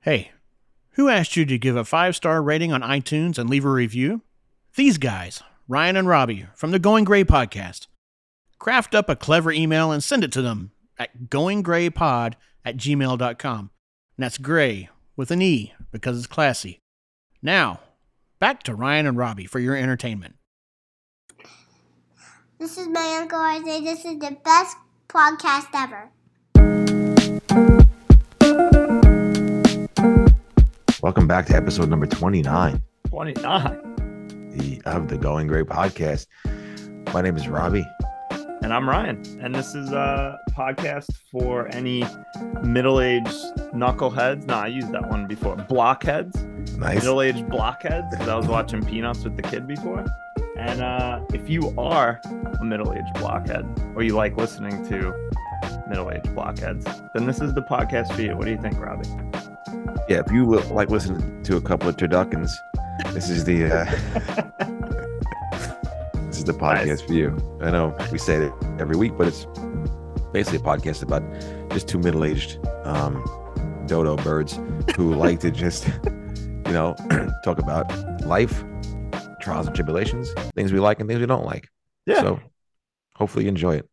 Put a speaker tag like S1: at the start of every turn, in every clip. S1: Hey, who asked you to give a five star rating on iTunes and leave a review? These guys, Ryan and Robbie from the Going Gray podcast. Craft up a clever email and send it to them at goinggraypod at gmail.com. And that's gray with an E because it's classy. Now, back to Ryan and Robbie for your entertainment.
S2: This is my Uncle Isaiah. This is the best podcast ever.
S3: Welcome back to episode number 29
S4: 29.
S3: the, of the Going Great podcast. My name is Robbie.
S4: And I'm Ryan. And this is a podcast for any middle aged knuckleheads. No, I used that one before. Blockheads.
S3: Nice.
S4: Middle aged blockheads. 'cause I was watching Peanuts with the kid before. And uh, if you are a middle aged blockhead or you like listening to middle aged blockheads, then this is the podcast for you. What do you think, Robbie?
S3: Yeah, if you li- like listening to a couple of turduckins, this is the uh, this is the podcast
S4: Nice.
S3: for you. I know we say it every week, but it's basically a podcast about just two middle aged um, dodo birds who like to just you know talk about life, trials and tribulations, things we like and things we don't like.
S4: Yeah.
S3: So hopefully you enjoy it.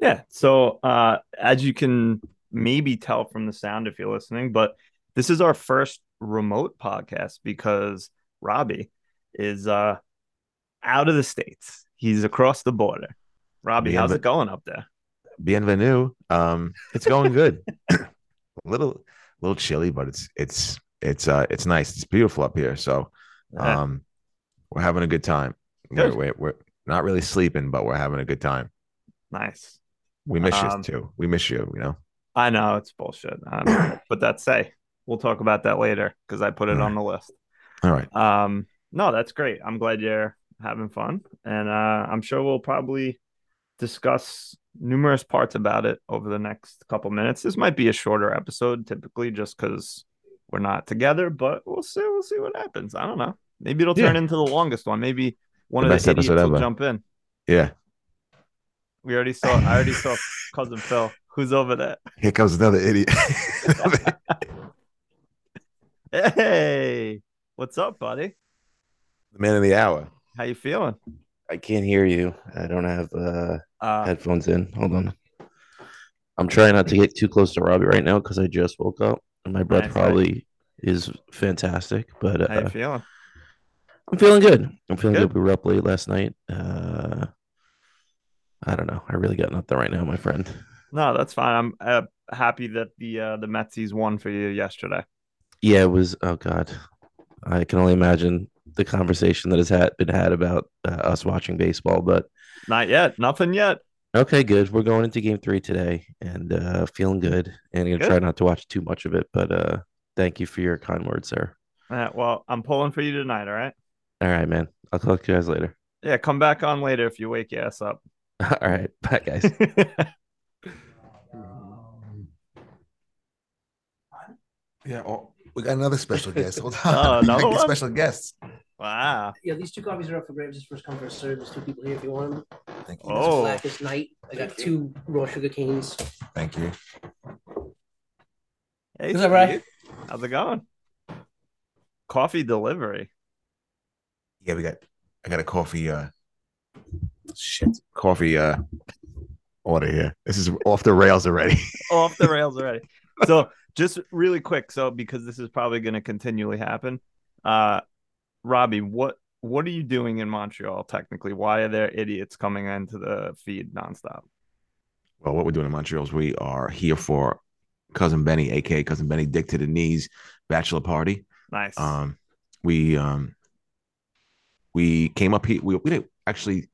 S4: Yeah. So, uh, as you can maybe tell from the sound if you're listening, but this is our first remote podcast because Robbie is uh, out of the States. He's across the border. Robbie,
S3: Yeah,
S4: how's
S3: but-
S4: it going up there?
S3: bienvenue. Um, it's going good. a little, little chilly, but it's it's it's uh it's nice. It's beautiful up here. So,
S4: Uh,
S3: um, we're having a good time. We're,
S4: Good.
S3: we're we're not really sleeping, but we're having a good time.
S4: nice.
S3: We miss
S4: Um,
S3: you too. We miss you. You know.
S4: I know it's bullshit. I know. but that's say, we'll talk about that later because I put it on the list.
S3: All right.
S4: Um, no, that's great. I'm glad you're having fun, and uh, I'm sure we'll probably discuss numerous parts about it over the next couple minutes. This might be a shorter episode, typically, just because we're not together. But we'll see. We'll see what happens. I don't know. Maybe it'll turn into the longest one. Maybe one
S3: The
S4: of
S3: best
S4: the idiots
S3: episode
S4: will
S3: ever.
S4: jump in.
S3: Yeah.
S4: We already saw. I already saw cousin Phil, who's over there.
S3: Here comes another idiot.
S4: Hey, what's up, buddy?
S3: the man of the hour.
S4: How you feeling?
S5: I can't hear you. I don't have uh,
S4: Uh,
S5: headphones in. Hold on. I'm trying not to get too close to Robbie right now because I just woke up and my breath
S4: Nice, nice.
S5: probably is fantastic. But
S4: how you
S5: uh,
S4: feeling?
S5: I'm feeling good. I'm feeling
S4: Good.
S5: good. We were up late last night. Uh, I don't know. I really got nothing right now, my friend.
S4: No, that's fine. I'm uh, happy that the uh, the Metsies won for you yesterday.
S5: Yeah, it was. Oh God, I can only imagine the conversation that has had been had about uh, us watching baseball, but.
S4: Not yet, nothing yet.
S5: Okay, good. We're going into game three today and uh feeling good. And I'm gonna
S4: Good.
S5: try not to watch too much of it, but uh thank you for your kind words, sir.
S4: Uh, well, I'm pulling for you tonight. All right.
S5: All right, man. I'll talk to you guys later.
S4: Yeah, come back on later if you wake your ass up.
S5: All right. Bye guys.
S6: Yeah, oh, we got another special guest. Hold
S4: Oh,
S6: on, Like
S4: another
S6: the
S4: one?
S6: special guests.
S4: wow.
S7: Yeah, these two copies are up for grabs. Just first come, first serve. There's two people here if you want them.
S6: Thank you.
S4: Oh.
S7: Blackest night. I got two raw sugar canes.
S6: Thank you.
S4: Hey,
S7: Is that right?
S4: Steve. How's it going? Coffee delivery.
S6: Yeah, we got. I got a coffee. Uh, shit, coffee. Uh,
S3: Order here. This is off the rails already.
S4: Oh, Off the rails already. So, just really quick. So, because this is probably going to continually happen, uh, Robbie, what what are you doing in Montreal technically? Why are there idiots coming into the feed nonstop?
S3: Well, what we're doing in Montreal is we are here for cousin Benny, aka cousin Benny, Dick to the knees, bachelor party.
S4: Nice.
S3: um we um we came up here we, we didn't actually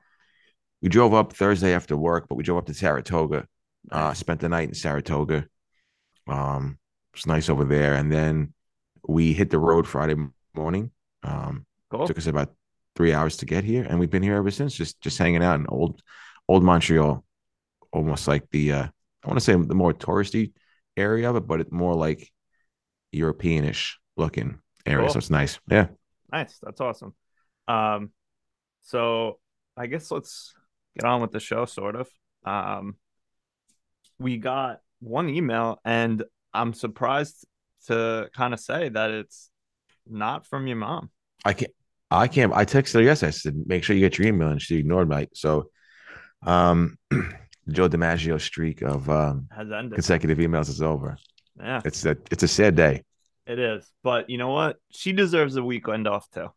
S3: we drove up thursday after work but we drove up to saratoga uh spent the night in saratoga um it's nice over there and then we hit the road friday morning um
S4: cool.
S3: took us about three hours to get here and we've been here ever since just just hanging out in old old montreal almost like the uh i want to say the more touristy area of it but it's more like europeanish looking area
S4: Cool.
S3: so it's nice yeah
S4: Nice. That's awesome. Um, so I guess let's get on with the show, sort of. Um, we got one email, and I'm surprised to kind of say that it's not from your mom.
S3: I can't. I can't. I texted her yesterday. I said, "Make sure you get your email," and she ignored me. So, um, Joe DiMaggio streak of um,
S4: Has ended.
S3: consecutive emails is over.
S4: yeah,
S3: It's a it's a sad day.
S4: it is. But you know what? She deserves a weekend off too.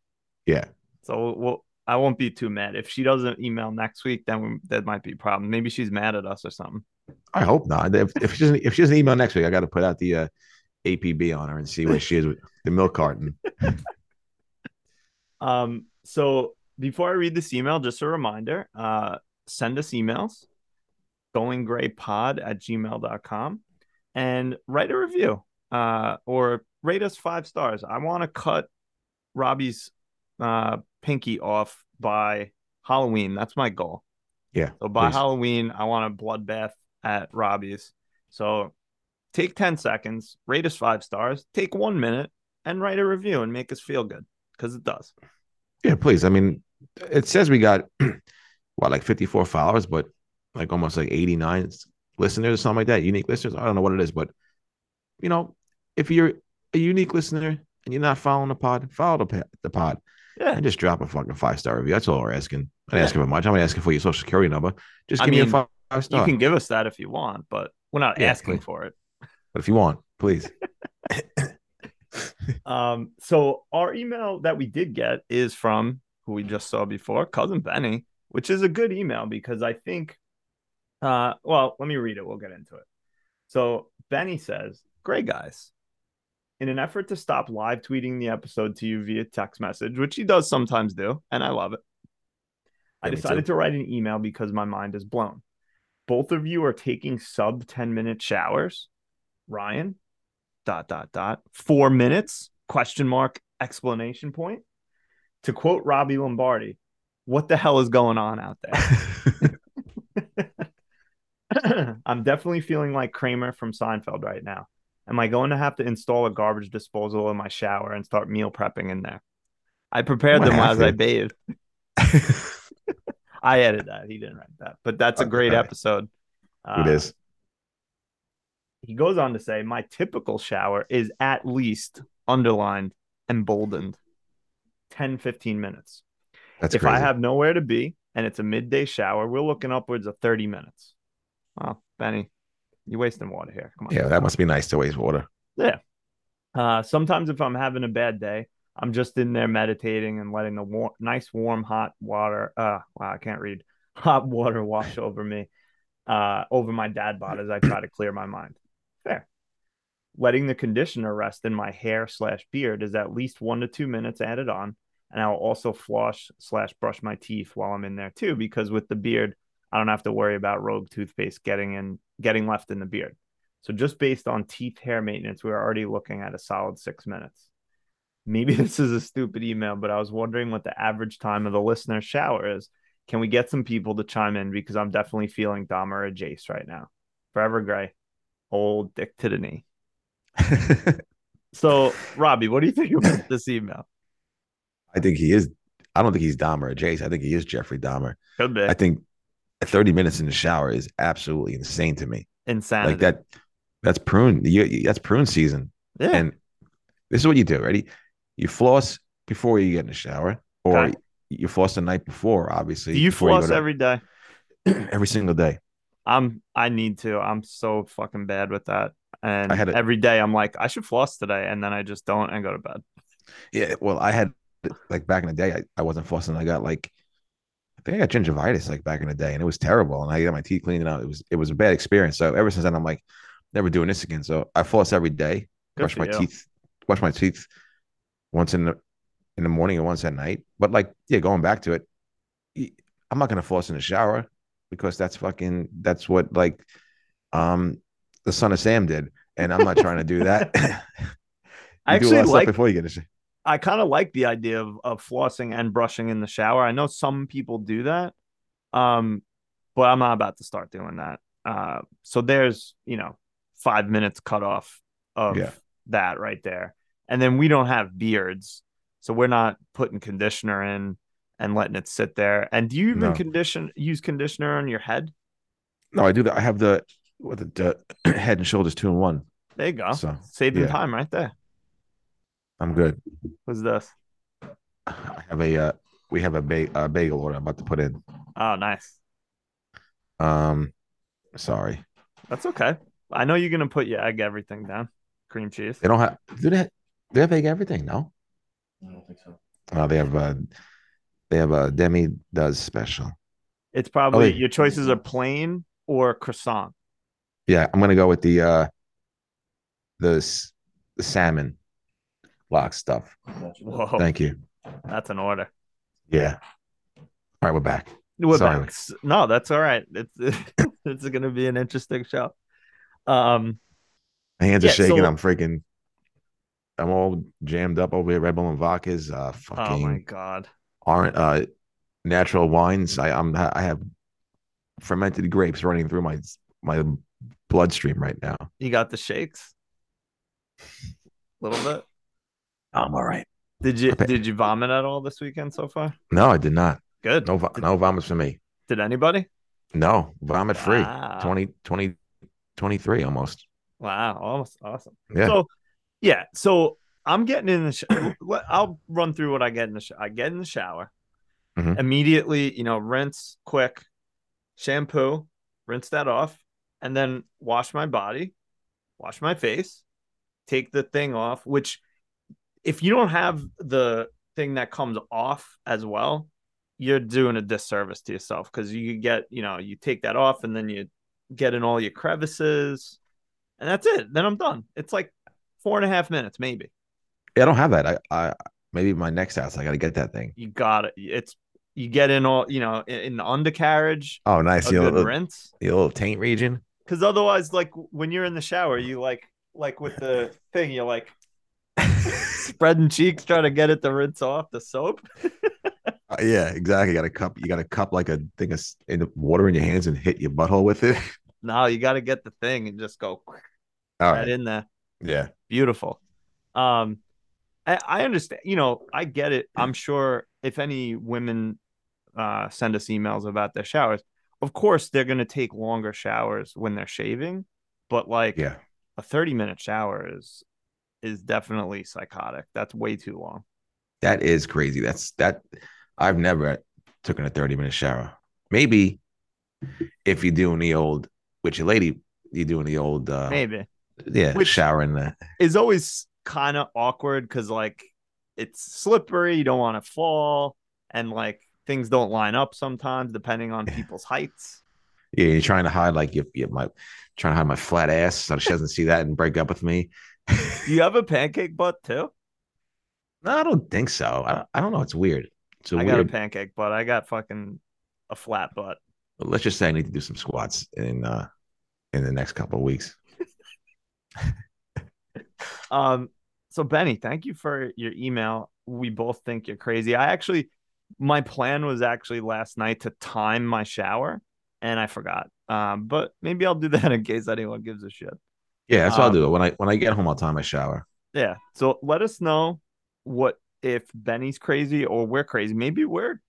S3: Yeah,
S4: So we'll, I won't be too mad if she doesn't email next week. Then we, that might be a problem. Maybe she's mad at us or something.
S3: I hope not. If, if she doesn't if she doesn't email next week, I got to put out the uh, APB on her and see where she is with the milk carton.
S4: Um, so before I read this email, just a reminder, uh, send us emails, goinggraypod at gmail.com and write a review, uh, or rate us five stars. I want to cut Robbie's, uh, pinky off by Halloween. That's my goal.
S3: Yeah.
S4: So by
S3: please.
S4: Halloween, I want a bloodbath at Robbie's. So take 10 seconds, rate us five stars, take one minute and write a review and make us feel good because it does.
S3: Yeah, please. I mean, it says we got what like 54 followers, but like almost like 89 listeners or something like that. Unique listeners. I don't know what it is, but you know, if you're a unique listener and you're not following the pod, follow the, pa- the pod
S4: Yeah.
S3: and just drop a fucking five star review. That's all we're asking. I'm not
S4: Yeah.
S3: asking for much. I'm not asking for your social security number. Just
S4: I
S3: give me
S4: mean,
S3: a five, five
S4: You
S3: star.
S4: can give us that if you want, but we're not
S3: Yeah,
S4: asking
S3: please.
S4: for it.
S3: But if you want, please.
S4: Um, so our email that we did get is from who we just saw before, cousin Benny, which is a good email because I think uh well, let me read it, we'll get into it. So Benny says, Great guys. In an effort to stop live tweeting the episode to you via text message, which he does sometimes do, and I love it. I
S3: Yeah, me too.
S4: decided to write an email because my mind is blown. Both of you are taking sub 10 minute showers. Ryan, dot dot dot four minutes question mark explanation point to quote robbie lombardi what the hell is going on out there i'm definitely feeling like kramer from seinfeld right now am i going to have to install a garbage disposal in my shower and start meal prepping in there i prepared
S3: Might
S4: them
S3: have
S4: as i
S3: to.
S4: bathed i added that he didn't write that but that's a
S3: Okay.
S4: great episode uh,
S3: it is.
S4: he goes on to say, My typical shower is at least underlined, emboldened 10, 15 minutes.
S3: That's
S4: if
S3: crazy.
S4: I have nowhere to be and it's a midday shower, we're looking upwards of 30 minutes. Wow, Benny, you're wasting water here. Come on.
S3: yeah, that must be nice to waste water.
S4: Uh, sometimes if I'm having a bad day, I'm just in there meditating and letting the war- nice, warm, hot water. Uh, wow, I can't read. Hot water wash over me, uh, over my dad bod as I try to clear my mind. Fair. Letting the conditioner rest in my hair slash beard is at least one to two minutes added on, and I'll also floss slash brush my teeth while I'm in there too, because with the beard, I don't have to worry about rogue toothpaste getting in, getting left in the beard. So just based on teeth hair maintenance, we are already looking at a solid six minutes. Maybe this is a stupid email, but I was wondering what the average time of the listener shower is. Can we get some people to chime in? Because I'm definitely feeling Dahmer or Jace right now. Forever gray, old dick to the knee. So, Robbie, what do you think about this email?
S3: I think he is. I don't think he's Dahmer or Jace. I think he is Jeffrey Dahmer.
S4: Could be
S3: I think 30 minutes in the shower is absolutely insane to me.
S4: insanity.
S3: Like that, that's prune. You, you- that's prune season.
S4: yeah,
S3: And this is what you do. Ready? You floss before you get in the shower, or
S4: Okay.
S3: you floss the night before. Obviously,
S4: do you
S3: before go
S4: floss every day?
S3: to- every single day?
S4: I'm I need to. I'm so fucking bad with that. And
S3: I had a-
S4: every day I'm like, I should floss today, and then I just don't and go to bed.
S3: Yeah. Well, I had like back in the day, I, I wasn't flossing. I got like, I think I got gingivitis like back in the day, and it was terrible. And I got my teeth cleaned out. It was it was a bad experience. So ever since then, I'm like, never doing this again. So I floss every day.
S4: Good
S3: brush
S4: for
S3: my
S4: you.
S3: teeth brush my teeth once in the in the morning and once at night but like yeah going back to it y- i'm not going to floss in the shower because that's fucking that's what like um the son of sam did and i'm not trying to do that
S4: I
S3: You do a lot
S4: actually
S3: of stuff
S4: like.
S3: before you get a sh-
S4: I kind of like the idea of, of flossing and brushing in the shower. I know some people do that, um, but I'm not about to start doing that. Uh, so there's you know five minutes cut off of
S3: Yeah.
S4: that right there, and then we don't have beards, so we're not putting conditioner in and letting it sit there. And do you even
S3: No.
S4: condition use conditioner on your head?
S3: no i do that i have the what the, the head and shoulders two in one
S4: There you go.
S3: So,
S4: Saving
S3: yeah.
S4: time right there.
S3: I'm good.
S4: What's this?
S3: I have a uh, we have a, ba- a bagel order I'm about to put in.
S4: Oh, nice.
S3: Um, sorry,
S4: That's okay. I know you're gonna put your egg everything down. Cream cheese.
S3: they don't have. Do they? Do they have everything? No.
S5: I don't think so.
S3: Oh, they have uh they have a demi does special.
S4: It's probably
S3: Oh, yeah.
S4: your choices are plain or croissant.
S3: Yeah, I'm gonna go with the uh the, s- the salmon lock stuff.
S4: Whoa,
S3: Thank you.
S4: that's an order.
S3: Yeah. All right, we're back.
S4: We're
S3: Sorry.
S4: back. S- No, that's all right. It's it's gonna be an interesting show. Um,
S3: My hands are
S4: Yeah, so-
S3: shaking. I'm freaking. I'm all jammed up over here. Red Bull and vodkas. Uh,
S4: oh my
S3: fucking
S4: god.
S3: aren't uh natural wines. I I'm I have fermented grapes running through my my bloodstream right now.
S4: You got the shakes? A little bit.
S3: I'm all right.
S4: Did you
S3: I bet-
S4: did you vomit at all this weekend so far?
S3: No, I did not.
S4: Good.
S3: No, vo- no vomits for me.
S4: Did anybody?
S3: No, vomit free.
S4: Wow.
S3: Twenty twenty twenty three 20, 23 almost.
S4: Wow, almost awesome.
S3: Yeah.
S4: So, yeah. So I'm getting in the. Sh- what- I'll run through what I get in the. Sh- I get in the shower
S3: Mhm.
S4: immediately. You know, rinse quick, shampoo, rinse that off, and then wash my body, wash my face, take the thing off. Which, if you don't have the thing that comes off as well, you're doing a disservice to yourself because you could get. You know, you take that off and then you get in all your crevices, and that's it. Then I'm done. It's like four and a half minutes, maybe.
S3: Yeah, I don't have that. I, I maybe my next house I got to get that thing.
S4: You got it. It's you get in all you know in, in the undercarriage,
S3: Oh, nice.
S4: a
S3: The
S4: good
S3: little,
S4: rinse.
S3: the little taint region.
S4: Because otherwise, like when you're in the shower, you like like with the thing, you're like spreading cheeks, trying to get it to rinse off the soap.
S3: Uh, yeah, exactly. You got a cup. You got a cup like a thing of s- in the water in your hands and hit your butthole with it.
S4: No, you got to get the thing and just go right
S3: All right.
S4: in there.
S3: Yeah.
S4: beautiful um I, I understand you know i get it i'm sure if any women uh send us emails about their showers of course they're going to take longer showers when they're shaving but like
S3: Yeah.
S4: a 30 minute shower is is definitely psychotic that's way too long
S3: That is crazy. That's that. I've never taken a thirty minute shower. Maybe if you're doing the old with your lady, you're doing the old uh,
S4: maybe
S3: yeah uh,
S4: Which-
S3: shower in the
S4: is always kind of awkward because like it's slippery you don't want to fall and like things don't line up sometimes depending on
S3: Yeah.
S4: people's heights
S3: Yeah, you're trying to hide like you, you my trying to hide my flat ass so she doesn't see that and break up with me.
S4: do you have a pancake butt too
S3: No, I don't think so. I, I don't know. It's weird. It's a
S4: I got a
S3: weird.
S4: pancake butt. I got fucking a flat butt.
S3: let's just say I need to do some squats in uh in the next couple of weeks.
S4: Um, so Benny, thank you for your email. We both think you're crazy. I actually, my plan was actually last night to time my shower, and I forgot. Um, but maybe I'll do that in case anyone gives a shit.
S3: Yeah, that's what I'll
S4: Um,
S3: do. When I when I get home, I'll time my shower.
S4: Yeah. So let us know what if Benny's crazy or we're crazy. Maybe we're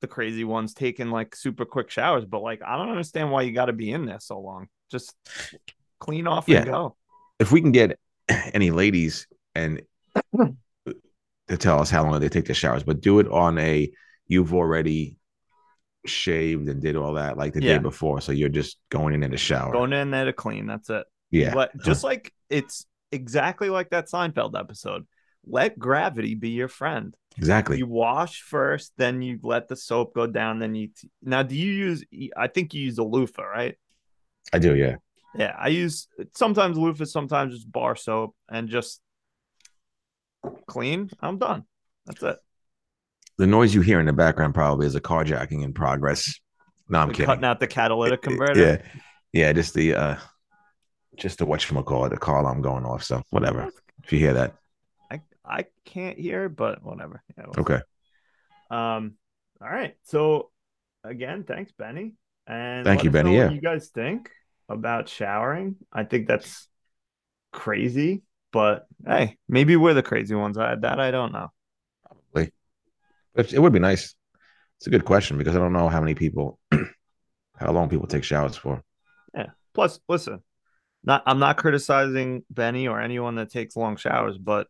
S4: the crazy ones taking like super quick showers, but like I don't understand why you got to be in there so long. Just clean off
S3: Yeah.
S4: and go.
S3: If we can get any ladies and to tell us how long they take their showers, but do it on a you've already shaved and did all that like the
S4: Yeah.
S3: day before, so you're just going in in the shower.
S4: Going in there to clean. That's it.
S3: yeah,
S4: Let- just like it's exactly like that Seinfeld episode. Let gravity be your friend.
S3: exactly.
S4: You wash first, then you let the soap go down. Then you t- now do you use? I think you use a loofah, right?
S3: I do. Yeah.
S4: Yeah, I use sometimes loofah, sometimes just bar soap, and just clean. I'm done. That's it.
S3: the noise you hear in the background probably is a carjacking in progress. No, I'm
S4: We're
S3: kidding.
S4: Cutting out the catalytic
S3: Yeah,
S4: converter.
S3: Yeah, yeah, just the uh, just the watch from a call, the call I'm going off. So whatever. If you hear that,
S4: I I can't hear, but whatever. Yeah, whatever.
S3: okay.
S4: Um, all right. So again, thanks, Benny. And
S3: Thank
S4: let
S3: you,
S4: us
S3: Benny,
S4: know what
S3: yeah.
S4: you guys think about showering? I think that's crazy, but hey, maybe we're the crazy ones. I that I don't know.
S3: It, it would be nice. It's a good question because I don't know how many people, how long people take showers for.
S4: Plus, listen, not I'm not criticizing Benny or anyone that takes long showers, but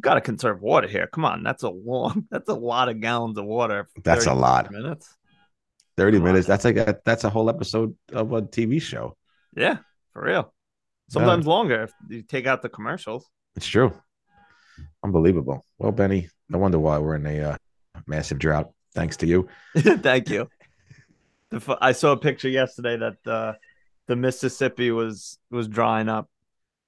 S4: got to conserve water here. Come on, that's a long, that's a lot of gallons of water. for
S3: That's a
S4: 30
S3: lot.
S4: minutes.
S3: Thirty
S4: Come on.
S3: minutes. That's like a, that's a whole episode of a TV show.
S4: Yeah, for real. Sometimes longer if you take out the commercials.
S3: It's true. Unbelievable. Well, Benny, no wonder why we're in a uh, massive drought. Thanks to you.
S4: Thank you. The fu- I saw a picture yesterday that uh, the Mississippi was was drying up,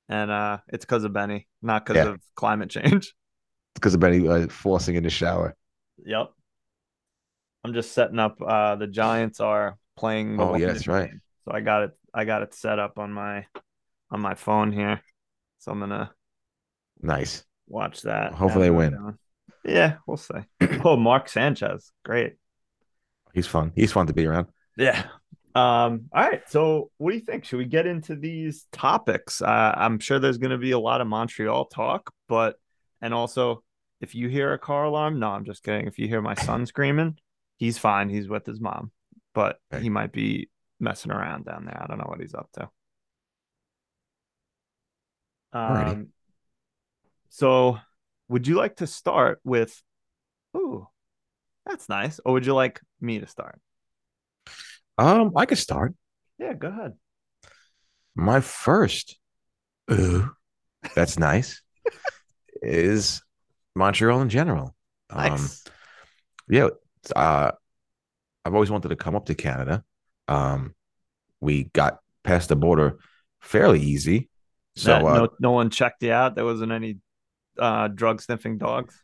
S4: and uh, it's because of Benny, not because
S3: Yeah.
S4: of climate change.
S3: because of Benny uh, forcing in the shower.
S4: Yep. I'm just setting up. Uh, the Giants are playing.
S3: Oh, yeah,
S4: Milwaukee
S3: that's right.
S4: So I got it. I got it set up on my on my phone here. So I'm gonna
S3: Nice.
S4: watch that.
S3: Hopefully they
S4: after
S3: win.
S4: down. Yeah, we'll see. oh, Mark Sanchez, great.
S3: He's fun. He's fun to be around.
S4: Yeah. Um. All right. So, what do you think? Should we get into these topics? Uh, I'm sure there's going to be a lot of Montreal talk, but and also if you hear a car alarm, no, I'm just kidding. If you hear my son screaming, he's fine. He's with his mom, but
S3: Okay.
S4: he might be messing around down there. I don't know what he's up to.
S3: Alrighty.
S4: Um. So, would you like to start with? Ooh, that's nice. Or would you like me to start?
S3: Um, I could start.
S4: Yeah, go ahead.
S3: My first, ooh, that's nice, is Montreal in general. Um,
S4: Nice.
S3: yeah, it's, uh, I've always wanted to come up to Canada. Um, we got past the border fairly easy. So
S4: That-
S3: uh,
S4: no, no one checked you out. There wasn't any uh, drug sniffing dogs.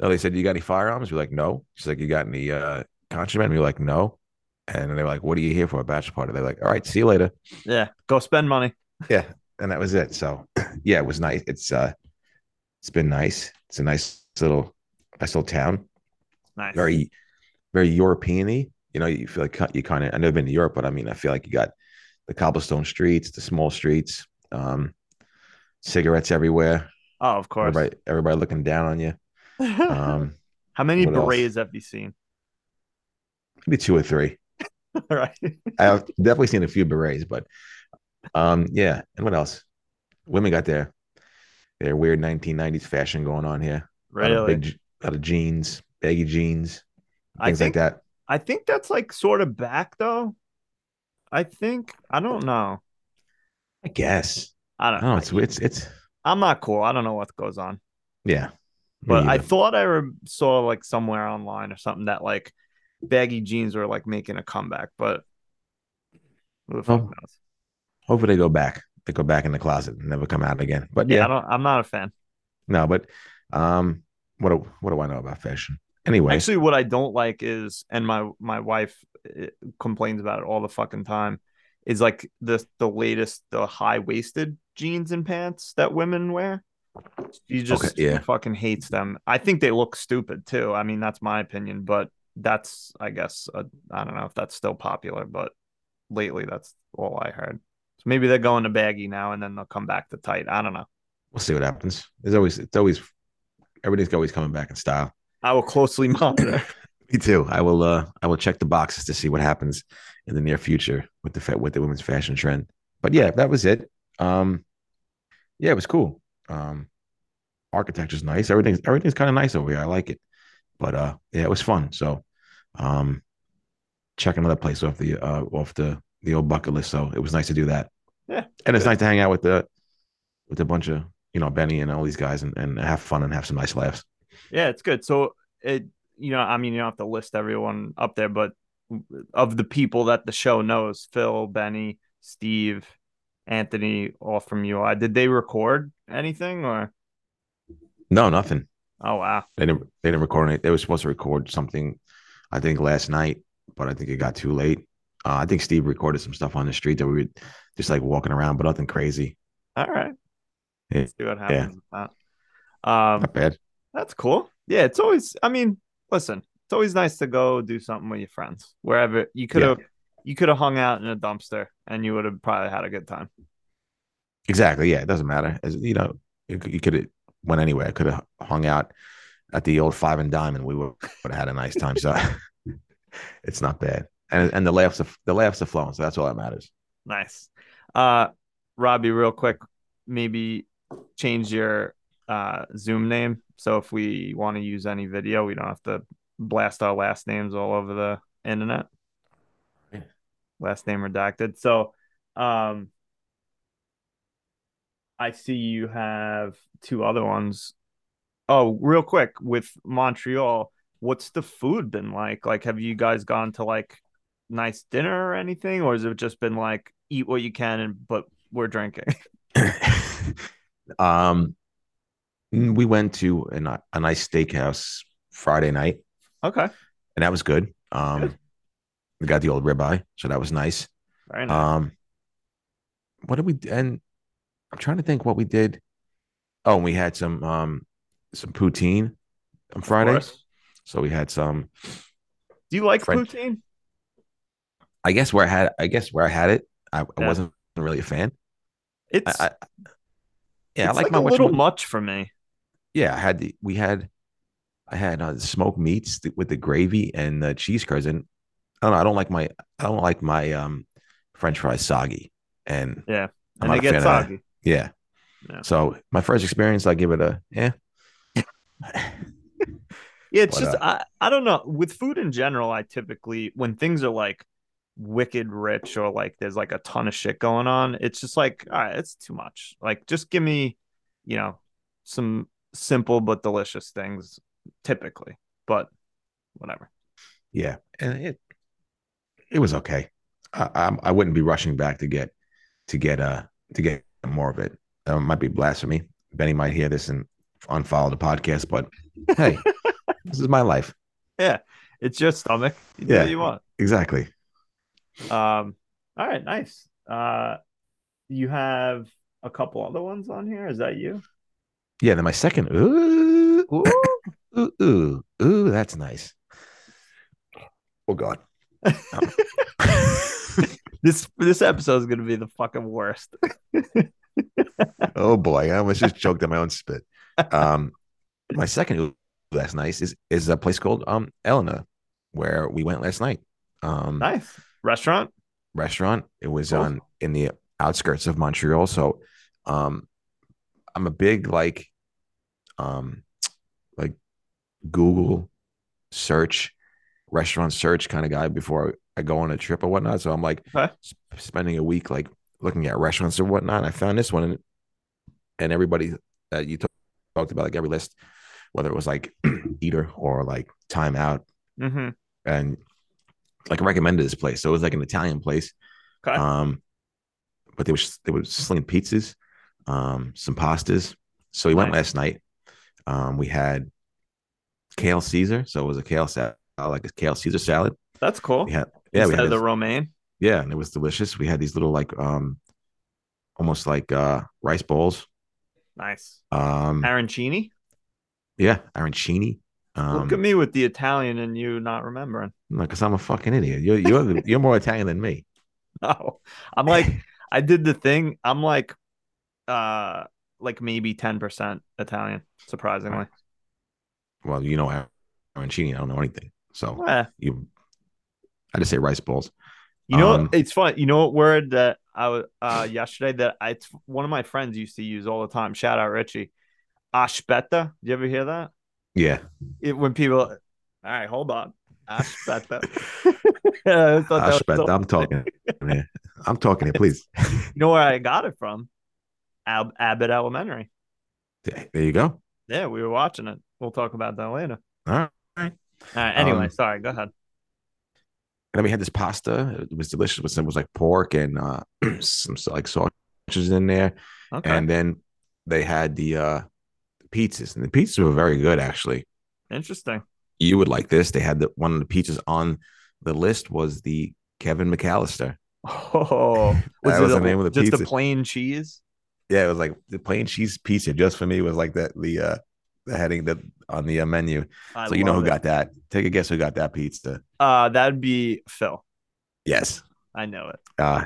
S3: No, oh, they said, You got any firearms? We're like, No. She's like, You got any uh contraband? We're like, No. And they were like, What are you here for? A bachelor party. They're like, All right, see you later.
S4: Yeah, go spend money.
S3: Yeah. And that was it. So yeah, it was nice. It's uh it's been nice. It's a nice little nice little town.
S4: Nice.
S3: Very very European y. You know, you feel like you kind of I've never been to Europe, but I mean I feel like you got the cobblestone streets, the small streets, um, cigarettes everywhere,
S4: oh, of course.
S3: everybody everybody looking down on you. Um
S4: How many
S3: what else?
S4: berets have you seen?
S3: maybe two or three.
S4: All right.
S3: I've definitely seen a few berets, but um, yeah. And what else? Women got their their weird 1990s fashion going on here. A lot of,
S4: Really?
S3: big, lot of jeans, baggy jeans,
S4: I
S3: things
S4: think
S3: like that.
S4: I think that's like sort of back though. I think I don't know.
S3: I guess.
S4: I
S3: I
S4: don't
S3: don't know.
S4: know.
S3: Oh, It's it's it's
S4: I'm not cool. I don't know what goes on.
S3: yeah. Me
S4: But I
S3: either.
S4: thought I re- saw like somewhere online or something that like baggy jeans were like making a comeback, but who the fuck
S3: Oh,
S4: knows?
S3: hopefully they go back. They go back in the closet and never come out again. But
S4: Yeah,
S3: yeah,
S4: I don't. I'm not a fan.
S3: no. But um, what do, what do I know about fashion? Anyway,
S4: Actually, what I don't like is, and my my wife eh, complains about it all the fucking time, is like the the latest the high waisted jeans and pants that women wear. She just
S3: yeah.
S4: fucking hates them. I think they look stupid too. I mean, that's my opinion, but that's I guess I I don't know if that's still popular, but lately that's all I heard. So maybe they're going to baggy now, and then they'll come back to tight. I don't know.
S3: we'll see what happens. There's always it's always everything's always coming back in style.
S4: I will closely monitor.
S3: Me too. I will. Uh, I will check the boxes to see what happens in the near future with the fa- with the women's fashion trend. But yeah, that was it. Um, yeah, it was cool. Um, architecture's nice. Everything's everything's kind of nice over here. I like it. But uh, yeah, it was fun. So, um, check another place off the uh off the the old bucket list. So it was nice to do that.
S4: Yeah,
S3: and it's
S4: good.
S3: nice to hang out with the with a bunch of you know Benny and all these guys and, and have fun and have some nice laughs.
S4: Yeah, it's good. So it, you know, I mean, you don't have to list everyone up there, but of the people that the show knows, Phil, Benny, Steve, Anthony, all from UI, did they record anything or?
S3: No, nothing.
S4: Oh wow,
S3: They didn't. They didn't record it. They were supposed to record something, I think last night, but I think it got too late. Uh, I think Steve recorded some stuff on the street that we were just like walking around, but nothing crazy.
S4: all right.
S3: Yeah.
S4: Let's see what happens with that. Um,
S3: Not bad.
S4: That's cool. Yeah, it's always. I mean, listen, it's always nice to go do something with your friends wherever you could
S3: Yeah.
S4: have. You could have hung out in a dumpster and you would have probably had a good time.
S3: Exactly. Yeah, it doesn't matter. As you know, you, you could have went anywhere. Could have hung out at the old Five and Dime, and we would have had a nice time. So it's not bad. And and the laughs are the laughs are flowing. So that's all that matters.
S4: Nice. Uh, Robbie, real quick, maybe change your uh, Zoom name. So if we want to use any video, we don't have to blast our last names all over the internet.
S3: Yeah.
S4: Last name redacted. So um, I see you have two other ones. Oh, real quick with Montreal, what's the food been like? Like, have you guys gone to like nice dinner or anything, or has it just been like eat what you can and but we're drinking?
S3: um, we went to an, a nice steakhouse Friday night,
S4: Okay,
S3: and that was good. Um,
S4: Good.
S3: we got the old ribeye, so that was nice.
S4: very nice.
S3: Um, what did we? And I'm trying to think what we did. Oh, and we had some um some poutine on
S4: Of
S3: Friday.
S4: course.
S3: So we had some.
S4: Do you like
S3: French.
S4: poutine?
S3: I guess where I had. I guess where I had it, I, I
S4: Yeah.
S3: wasn't really a fan. I,
S4: It's
S3: I yeah, I
S4: it's
S3: like, my
S4: a
S3: what you
S4: little
S3: want-
S4: much for me.
S3: yeah. I had the we had. I had uh, smoked meats th- with the gravy and the cheese curds, and I don't know. I don't like my I don't like my um French fries soggy, and I'm
S4: And they
S3: not a
S4: get
S3: fan of that.
S4: soggy.
S3: Yeah.
S4: Yeah.
S3: So my first experience, I give it a eh, yeah.
S4: Yeah, it's
S3: But, uh,
S4: just I I don't know. With food in general, I typically when things are like wicked rich or like there's like a ton of shit going on, it's just like all right, it's too much. Like just give me, you know, some simple but delicious things typically. But whatever.
S3: Yeah, and it it was okay. I I'm, I wouldn't be rushing back to get to get uh to get more of it. That might be blasphemy. Benny might hear this and unfollow the podcast, but hey, this is my life.
S4: It's your stomach. You do
S3: Yeah.
S4: what you want.
S3: Exactly.
S4: Um all right, nice. Uh you have a couple other ones on here. Is that you?
S3: Yeah. Then my second. Ooh, ooh, ooh, ooh, ooh, that's nice. Oh God.
S4: This this episode is gonna be the fucking worst.
S3: oh boy, I almost just choked on my own spit. Um, my second ooh, that's nice is is a place called um Elena, where we went last night. Um,
S4: Nice. Restaurant?
S3: restaurant. It was
S4: Cool.
S3: on in the outskirts of Montreal, so um, I'm a big like, um, like Google search restaurant search kind of guy before I go on a trip or whatnot. So I'm like
S4: Okay.
S3: sp- spending a week like looking at restaurants or whatnot. I found this one, and, and everybody that you talk, talked about, like every list, whether it was like Eater or like Time Out,
S4: Mm-hmm.
S3: and like recommended this place. So it was like an Italian place.
S4: Okay.
S3: Um, but they were they were slinging pizzas, um, some pastas. So we went last
S4: Nice.
S3: night. Um, we had kale Caesar, so it was a kale salad, like a kale Caesar salad.
S4: That's cool.
S3: We had yeah, we
S4: Instead
S3: had
S4: of the
S3: this-
S4: romaine.
S3: yeah, and it was delicious. We had these little like um, almost like uh rice bowls.
S4: Nice.
S3: Um,
S4: Arancini.
S3: yeah, arancini. Um,
S4: Look at me with the Italian and you not remembering.
S3: because I'm a fucking idiot. You're you're the- you're more Italian than me.
S4: No. I'm like, I did the thing. I'm like uh like maybe 10% Italian, surprisingly.
S3: Well, you know ar- arancini. I don't know anything. So
S4: Eh.
S3: you, I just say rice bowls.
S4: You know,
S3: Um,
S4: it's fun. You know what word that I was uh, yesterday that I, it's one of my friends used to use all the time. Shout out Richie, ashbeta. You ever hear that?
S3: Yeah.
S4: It, when people, all right, hold on, ashbeta. I thought that was
S3: Ashbet,
S4: so-
S3: I'm talking. man. I'm talking here, please.
S4: you know where I got it from? Ab- Abbott Elementary.
S3: There you go.
S4: Yeah, we were watching it. We'll talk about that later.
S3: All right.
S4: All right. Anyway,
S3: Um,
S4: sorry. Go ahead.
S3: And then we had this pasta. It was delicious. With some it was like pork and uh, some so- like sausages in there.
S4: Okay.
S3: And then they had the uh, pizzas, and the pizzas were very good actually.
S4: Interesting.
S3: You would like this. They had the one of the pizzas on the list was the Kevin McAllister.
S4: Oh, was
S3: That
S4: it
S3: was
S4: a-
S3: the name of the
S4: just
S3: pizza.
S4: a plain cheese?
S3: Yeah, it was like the plain cheese pizza just for me was like that the uh, the heading that on the uh, menu.
S4: I
S3: so you know
S4: love
S3: who
S4: it.
S3: got that. Take a guess who got that pizza.
S4: Uh, that'd be Phil.
S3: Yes.
S4: I know it.
S3: Uh,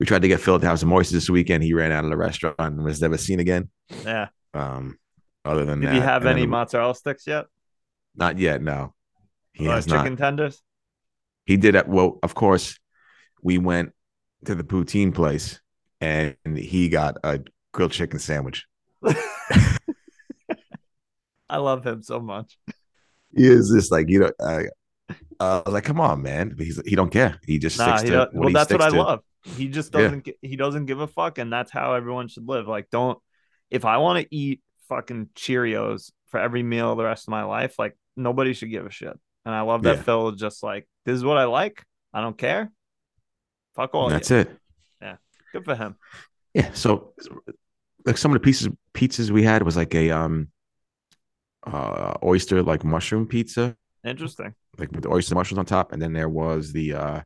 S3: we tried to get Phil to have some oysters this weekend. He ran out of the restaurant and was never seen again.
S4: Yeah.
S3: Um, other than
S4: Did
S3: that,
S4: you have
S3: and then
S4: any
S3: the-
S4: mozzarella sticks yet?
S3: Not yet. No, he
S4: Uh,
S3: has not.
S4: chicken tenders.
S3: He did. At, well, of course, we went to the poutine place and he got a grilled chicken sandwich.
S4: I love him so much.
S3: He is just like you know, uh, uh, like come on, man. But he's he don't care. He just
S4: Nah,
S3: sticks
S4: he
S3: to
S4: don't-
S3: what
S4: well,
S3: he
S4: that's what I
S3: sticks to.
S4: love. He just
S3: Yeah.
S4: doesn't. gi- He doesn't give a fuck, and that's how everyone should live. Like, don't. If I want to eat fucking Cheerios for every meal the rest of my life, like nobody should give a shit. And I love that
S3: Yeah.
S4: Phil is just like, this is what I like. I don't care. Fuck all.
S3: And
S4: of
S3: that's
S4: you.
S3: it.
S4: Good for him.
S3: Yeah. So like some of the pieces pizzas we had was like a um uh oyster like mushroom pizza,
S4: Interesting.
S3: like with the oyster mushrooms on top, and then there was the uh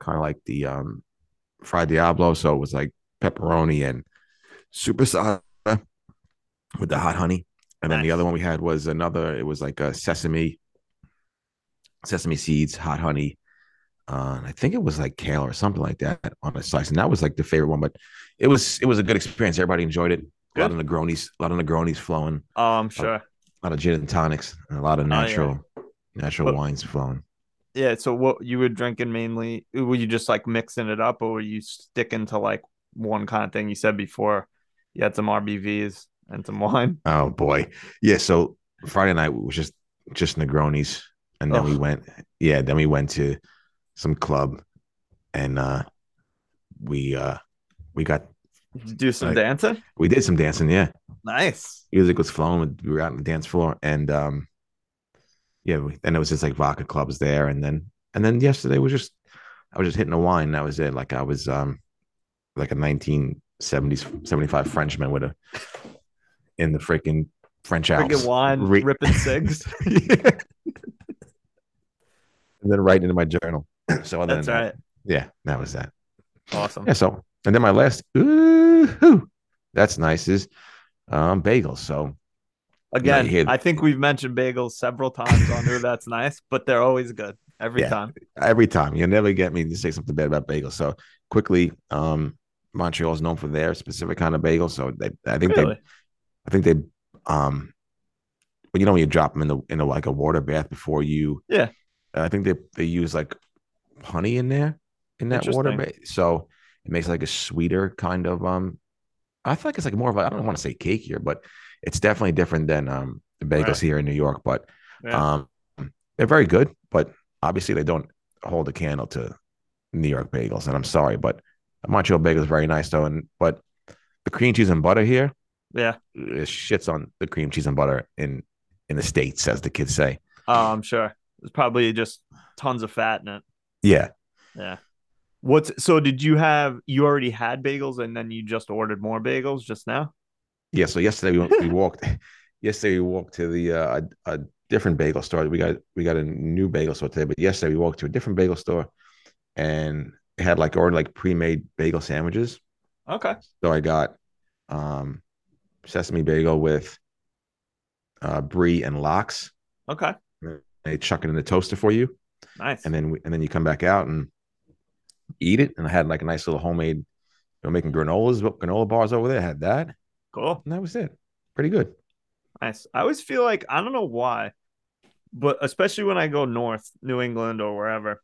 S3: kind of like the um fried diablo. So it was like pepperoni and super salsa with the hot honey. And then the
S4: Nice.
S3: other one we had was another, it was like a sesame, sesame seeds, hot honey. Uh, and I think it was like kale or something like that on a slice. And that was like the favorite one, but it was it was a good experience. Everybody enjoyed it. A lot of Negronis, a lot of Negronis flowing,
S4: Oh, I'm sure.
S3: a lot of gin and tonics, and a lot of
S4: Oh, yeah.
S3: natural natural
S4: But-
S3: wines flowing.
S4: Yeah. So what you were drinking mainly? Were you just like mixing it up, or were you sticking to like one kind of thing you said before? You had some RBVs and some wine.
S3: Oh boy. Yeah. So Friday night was just just Negronis. And then we
S4: Ugh.
S3: went, yeah, then we went to some club and uh we uh we got
S4: Did you do some
S3: Like-
S4: dancing?
S3: we did some dancing, yeah.
S4: Nice.
S3: Music was flowing, we were out on the dance floor and um yeah, we, then it was just like vodka clubs there and then and then yesterday was just I was just hitting the wine, that was it. Like I was um like a 1970s 75 Frenchman with a in the freaking French house.
S4: Drinking wine,
S3: Re-
S4: ripping cigs.
S3: Yeah. and then writing into my journal. So other
S4: That's
S3: than that,
S4: right.
S3: yeah, that was that.
S4: Awesome.
S3: Yeah, so and then my last ooh, that's nice is um bagels. So
S4: Again,
S3: you hear-
S4: I think we've mentioned bagels several times on here. That's nice, but they're always good every
S3: Yeah.
S4: time.
S3: every time you'll never get me to say something bad about bagels. So quickly, um Montreal is known for their specific kind of bagel. So they I think they
S4: Really?
S3: I think they um but you know when you drop them in the in the, like a water bath before you
S4: Yeah.
S3: I think they they use like honey in there in that water bath.
S4: Interesting.
S3: So it makes like a sweeter kind of um I feel like it's like more of I I don't want to say cake here, but it's definitely different than um the bagels
S4: Right.
S3: here in New York. But
S4: Yeah.
S3: um they're very good, but obviously they don't hold a candle to New York bagels. And I'm sorry, but Montreal bagels very nice though. And but the cream cheese and butter here
S4: Yeah.
S3: it shits on the cream cheese and butter in in the states, as the kids say. Uh,
S4: Oh, I'm sure. There's probably just tons of fat in it.
S3: Yeah,
S4: Yeah. What's so did you have you already had bagels and then you just ordered more bagels just now?
S3: yeah. So yesterday we, went- we walked. Yesterday we walked to the uh, a, a different bagel store. We got we got a new bagel store today, but yesterday we walked to a different bagel store, and it had like already like pre made bagel sandwiches.
S4: Okay.
S3: So I got um sesame bagel with uh brie and lox.
S4: Okay.
S3: They chuck it in the toaster for you.
S4: Nice.
S3: and then we, and then you come back out and eat it. And I had like a nice little homemade, you know, making granolas, granola bars over there. I had that,
S4: cool.
S3: and that was it. Pretty good.
S4: Nice. I always feel like I don't know why, but especially when I go north, New England or wherever,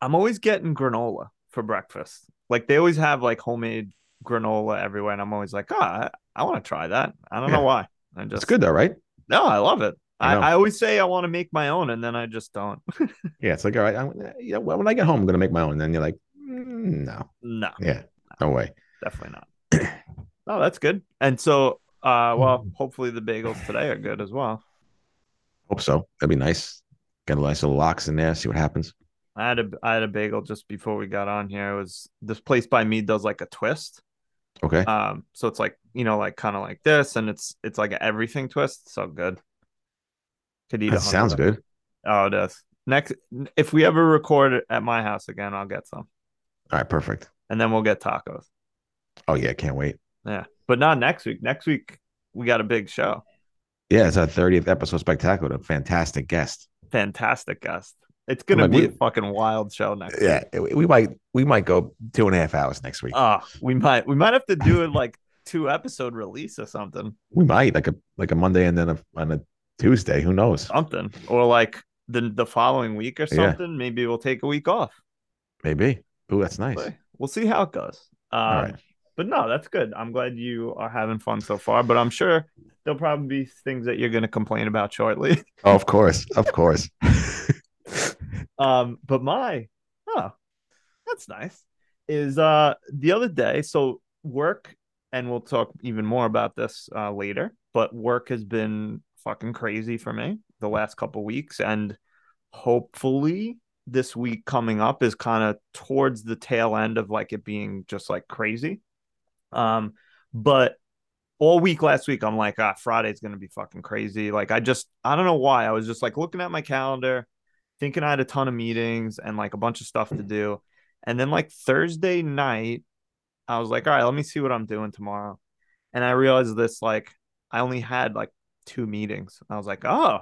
S4: I'm always getting granola for breakfast. Like they always have like homemade granola everywhere, and I'm always like, ah, I, want to try that. I don't know
S3: Yeah.
S4: why. I just
S3: It's good though, right?
S4: No, I love it. I,
S3: I know.
S4: I always say I want to make my own, and then I just don't.
S3: Yeah, it's like all right. I'm, yeah, well, when I get home, I'm gonna make my own. And then you're like, mm, no,
S4: no,
S3: yeah, no way.
S4: definitely not. No, that's good. And so, uh, well, hopefully the bagels today are good as well.
S3: Hope so. That'd be nice. Got a nice little locks in there. See what happens.
S4: I had a I had a bagel just before we got on here. It was this place by me does like a twist.
S3: Okay.
S4: Um, so it's like you know, like kind of like this, and it's it's like an everything twist. So good. Could eat. a
S3: that
S4: hundred
S3: sounds
S4: of-
S3: good.
S4: Oh, it does. Next, if we ever record at my house again, I'll get some,
S3: All right, perfect.
S4: and then we'll get tacos.
S3: Oh yeah, can't wait.
S4: Yeah, but not next week. Next week we got a big show.
S3: Yeah, it's our 30th episode spectacular. with a Fantastic guest.
S4: Fantastic guest. It's gonna
S3: Like,
S4: be
S3: we-
S4: a fucking wild show next.
S3: Yeah, we we might we might go two and a half hours next week.
S4: Oh, we might we might have to do it like two episode release or something.
S3: We might like a like a Monday and then a, on a Tuesday. Who knows?
S4: Something. Or like the the following week or
S3: Yeah.
S4: something. Maybe we'll take a week off. um,
S3: Maybe. Oh, that's nice.
S4: We'll see how it goes.
S3: All
S4: Um,
S3: right.
S4: But no, that's good. I'm glad you are having fun so far. But I'm sure there'll probably be things that you're going to complain about shortly.
S3: Oh, of course, of course.
S4: Um, but my, oh, that's nice. Is uh the other day, so work, and we'll talk even more about this uh later, but work has been fucking crazy for me the last couple weeks, and hopefully this week coming up is kind of towards the tail end of like it being just like crazy. Um, but all week last week, I'm like, ah, Friday's gonna be fucking crazy. Like, I just, I don't know why. I was just like looking at my calendar, thinking I had a ton of meetings and like a bunch of stuff to do. And then like Thursday night, I was like, all right, let me see what I'm doing tomorrow. And I realized this, like, I only had like two meetings. I was like, oh,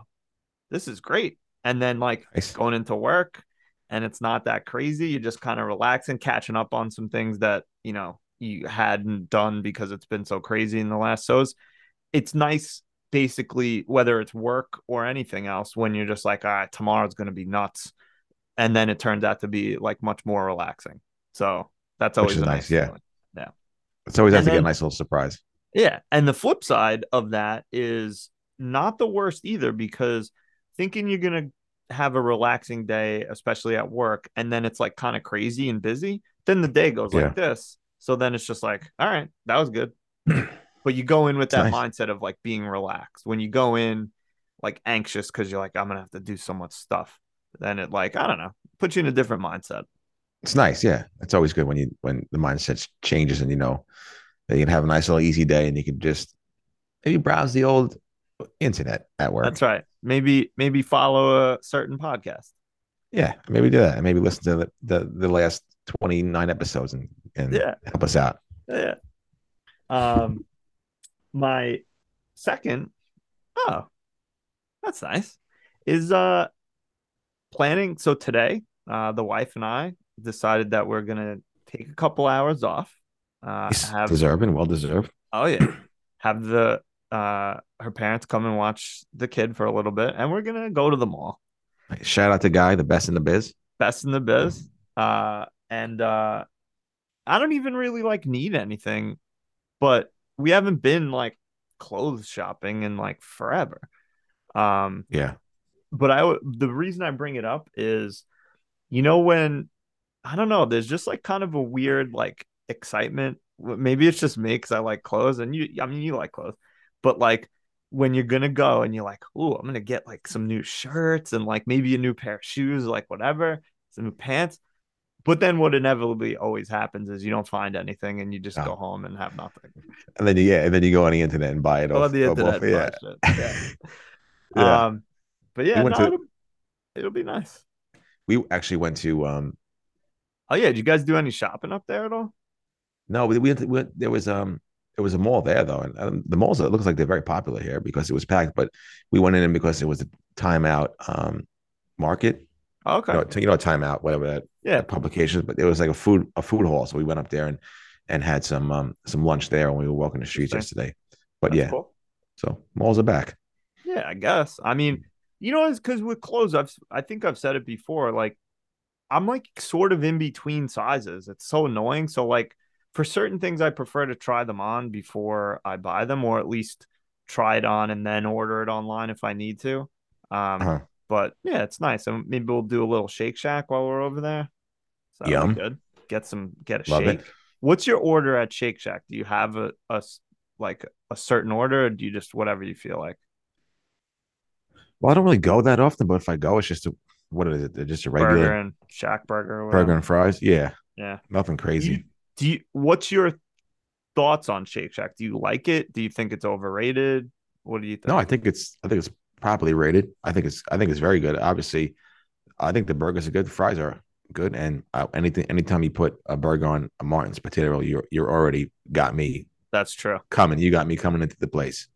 S4: this is great. And then like
S3: Nice.
S4: going into work and it's not that crazy. You're just kind of relaxing, catching up on some things that, you know, you hadn't done because it's been so crazy in the last so's. It's nice basically whether it's work or anything else when you're just like all right tomorrow's going to be nuts and then it turns out to be like much more relaxing so that's
S3: Which
S4: always
S3: is
S4: a
S3: nice, yeah.
S4: feeling.
S3: It's always nice
S4: And
S3: to get a
S4: then-
S3: nice little surprise.
S4: Yeah. And the flip side of that is not the worst either because thinking you're going to have a relaxing day, especially at work, and then it's like kind of crazy and busy, then the day goes
S3: Yeah.
S4: like this. So then it's just like, all right, that was good. but you go in with that mindset of like being relaxed. When you go in like anxious because you're like, I'm going to have to do so much stuff, then it like, I don't know, puts you in a different mindset.
S3: It's nice, yeah. It's always good when you when the mindset changes and you know that you can have a nice little easy day and you can just maybe browse the old internet at work.
S4: That's right. Maybe, maybe follow a certain podcast.
S3: Yeah, maybe do that. and Maybe listen to the, the, the last 29 episodes and, and
S4: Yeah.
S3: help us out.
S4: Yeah. Um, my second, oh, that's nice. Is uh planning. So today, uh, the wife and I decided that we're gonna take a couple hours off. Uh,
S3: Nice.
S4: have
S3: Deserving, well deserved.
S4: oh yeah, have the uh her parents come and watch the kid for a little bit, and we're gonna go to the mall.
S3: Shout out to Guy, the best in the biz.
S4: best in the biz. Uh, and uh, I don't even really like need anything, but we haven't been like clothes shopping in like forever. Um,
S3: Yeah.
S4: but I w- the reason I bring it up is, you know, when I don't know, there's just like kind of a weird like excitement. W- Maybe it's just me because I like clothes, and you, I mean, you like clothes, but like when you're gonna go and you're like, oh, I'm gonna get like some new shirts and like maybe a new pair of shoes, like whatever, some new pants. But then what inevitably always happens is you don't find anything and you just
S3: No.
S4: go home and have nothing.
S3: And then you yeah, and then you go on the internet and buy it
S4: Or
S3: off
S4: the
S3: off-
S4: internet.
S3: yeah.
S4: bullshit. Yeah.
S3: Yeah.
S4: Um, but yeah,
S3: We went
S4: no,
S3: to-
S4: it'll, it'll be nice.
S3: We actually went to um
S4: Oh yeah, did you guys do any shopping up there at all?
S3: no, we we went, to, we went there was um there was a mall there though, and um, the malls it looks like they're very popular here because it was packed. But we went in because it was a timeout um market.
S4: Oh, okay.
S3: You know, t- you know timeout, whatever that
S4: yeah.
S3: that publication. But it was like a food a food hall, so we went up there and and had some um some lunch there when we were walking the streets
S4: Interesting.
S3: yesterday. But
S4: that's
S3: yeah,
S4: cool.
S3: so malls are back.
S4: Yeah, I guess. I mean, you know, it's because with clothes, I've I think I've said it before. Like, I'm like sort of in between sizes. It's so annoying. So like, for certain things, I prefer to try them on before I buy them, or at least try it on and then order it online if I need to. Um,
S3: Uh-huh.
S4: but yeah, it's nice. And maybe we'll do a little Shake Shack while we're over there. So that'll
S3: Yum.
S4: be good. Get some, get a
S3: Love
S4: shake.
S3: it.
S4: What's your order at Shake Shack? Do you have a, a s- like a certain order, or do you just whatever you feel like?
S3: Well, I don't really go that often, but if I go, it's just a what is it? Just a regular
S4: burger
S3: burger
S4: and Shack burger. Or
S3: and,
S4: whatever.
S3: fries. Yeah,
S4: Yeah.
S3: nothing crazy.
S4: Do you? What's your thoughts on Shake Shack? Do you like it? Do you think it's overrated? What do you think?
S3: No, I think it's I think it's properly rated. I think it's I think it's very good. Obviously, I think the burgers are good. The fries are good, and uh, anything anytime you put a burger on a Martin's potato roll, you're you're already got me
S4: that's true.
S3: coming. You got me coming into the place.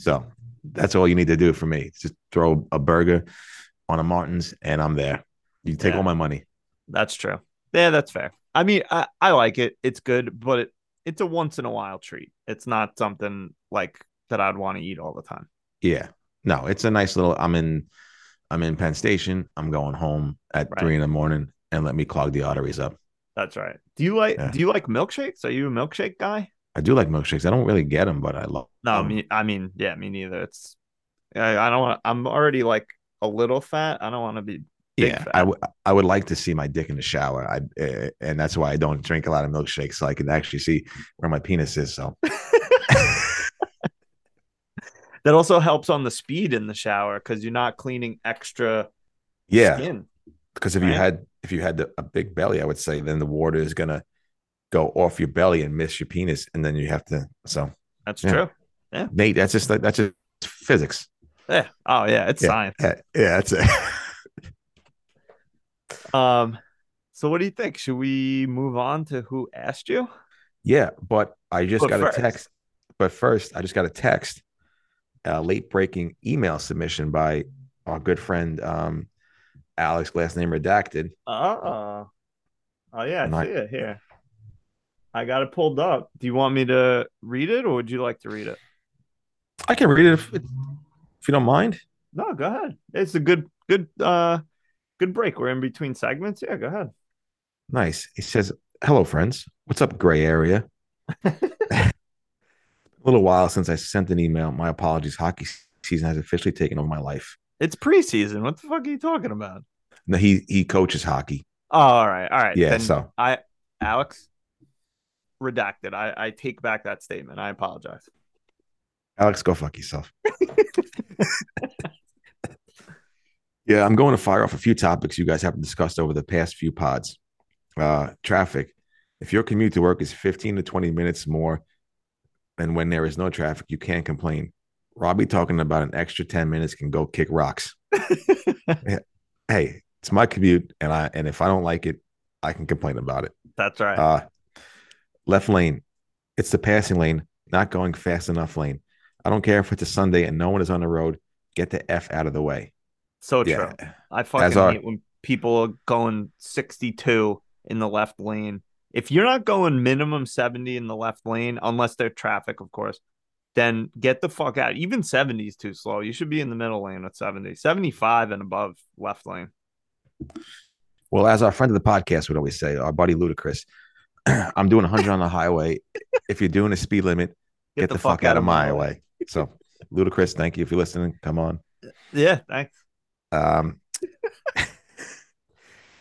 S3: so that's all you need to do for me. Just throw a burger on a Martin's, and I'm there. You take
S4: Yeah.
S3: all my money.
S4: That's true. Yeah, that's fair. I mean, I, I like it. It's good, but it, it's a once in a while treat. It's not something like that I'd want to eat all the time.
S3: Yeah. No, it's a nice little I'm in I'm in Penn Station. I'm going home at
S4: Right.
S3: three in the morning and let me clog the arteries up.
S4: That's right. Do you like
S3: Yeah.
S4: do you like milkshakes? Are you a milkshake guy?
S3: I do like milkshakes. I don't really get them, but I love.
S4: No, I
S3: them.
S4: mean, I mean, yeah, me neither. It's I, I don't want. I'm already like a little fat. I don't want to be. big
S3: yeah,
S4: fat.
S3: I would. I would like to see my dick in the shower. I uh, and that's why I don't drink a lot of milkshakes, so I can actually see where my penis is. So
S4: That also helps on the speed in the shower because you're not cleaning extra
S3: yeah,
S4: skin.
S3: because if you
S4: Right.
S3: had if you had the, a big belly, I would say then the water is gonna go off your belly and miss your penis, and then you have to. So
S4: That's
S3: Yeah.
S4: true.
S3: Nate, that's just like that's just physics.
S4: Yeah. Oh yeah, it's science.
S3: Yeah, yeah, that's it.
S4: Um. So what do you think? Should we move on to who asked you?
S3: yeah, but I just
S4: But
S3: got
S4: first-
S3: a text. But first, I just got a text, a late breaking email submission by our good friend um, Alex, last name redacted.
S4: Uh oh yeah, I
S3: And I-
S4: see it here. I got it pulled up. Do you want me to read it or would you like to read it?
S3: I can read it if, if you don't mind.
S4: No, go ahead. It's a good good uh good break. We're in between segments. Yeah, go ahead.
S3: Nice. He says, Hello, friends. What's up, gray area? a little while since I sent an email. My apologies. Hockey season has officially taken over my life.
S4: It's preseason. What the fuck are you talking about?
S3: No, he he coaches hockey.
S4: Oh, all right, all right.
S3: Yeah,
S4: Then
S3: so-
S4: I Alex redacted. I, I take back that statement. I apologize.
S3: Alex, go fuck yourself. yeah, I'm going to fire off a few topics you guys haven't discussed over the past few pods. Uh, traffic. If your commute to work is 15 to 20 minutes more than when there is no traffic, you can't complain. Robbie talking about an extra 10 minutes can go kick rocks. hey, it's my commute, and I and if I don't like it, I can complain about it.
S4: That's right.
S3: Uh, left lane. It's the passing lane, not going fast enough lane. I don't care if it's a Sunday and no one is on the road. Get the F out of the way.
S4: so
S3: yeah.
S4: true. I fucking
S3: our-
S4: hate when people are going 62 in the left lane. If you're not going minimum 70 in the left lane, unless they're traffic, of course, then get the fuck out. Even 70 is too slow. You should be in the middle lane at 70, 75 and above left lane.
S3: Well, as our friend of the podcast would always say, our buddy Ludacris, I'm doing 100 on the highway. If you're doing a speed limit, get, the, fuck, out of my way. So, Ludacris, thank you if you're listening. Come on.
S4: Yeah, thanks.
S3: Um,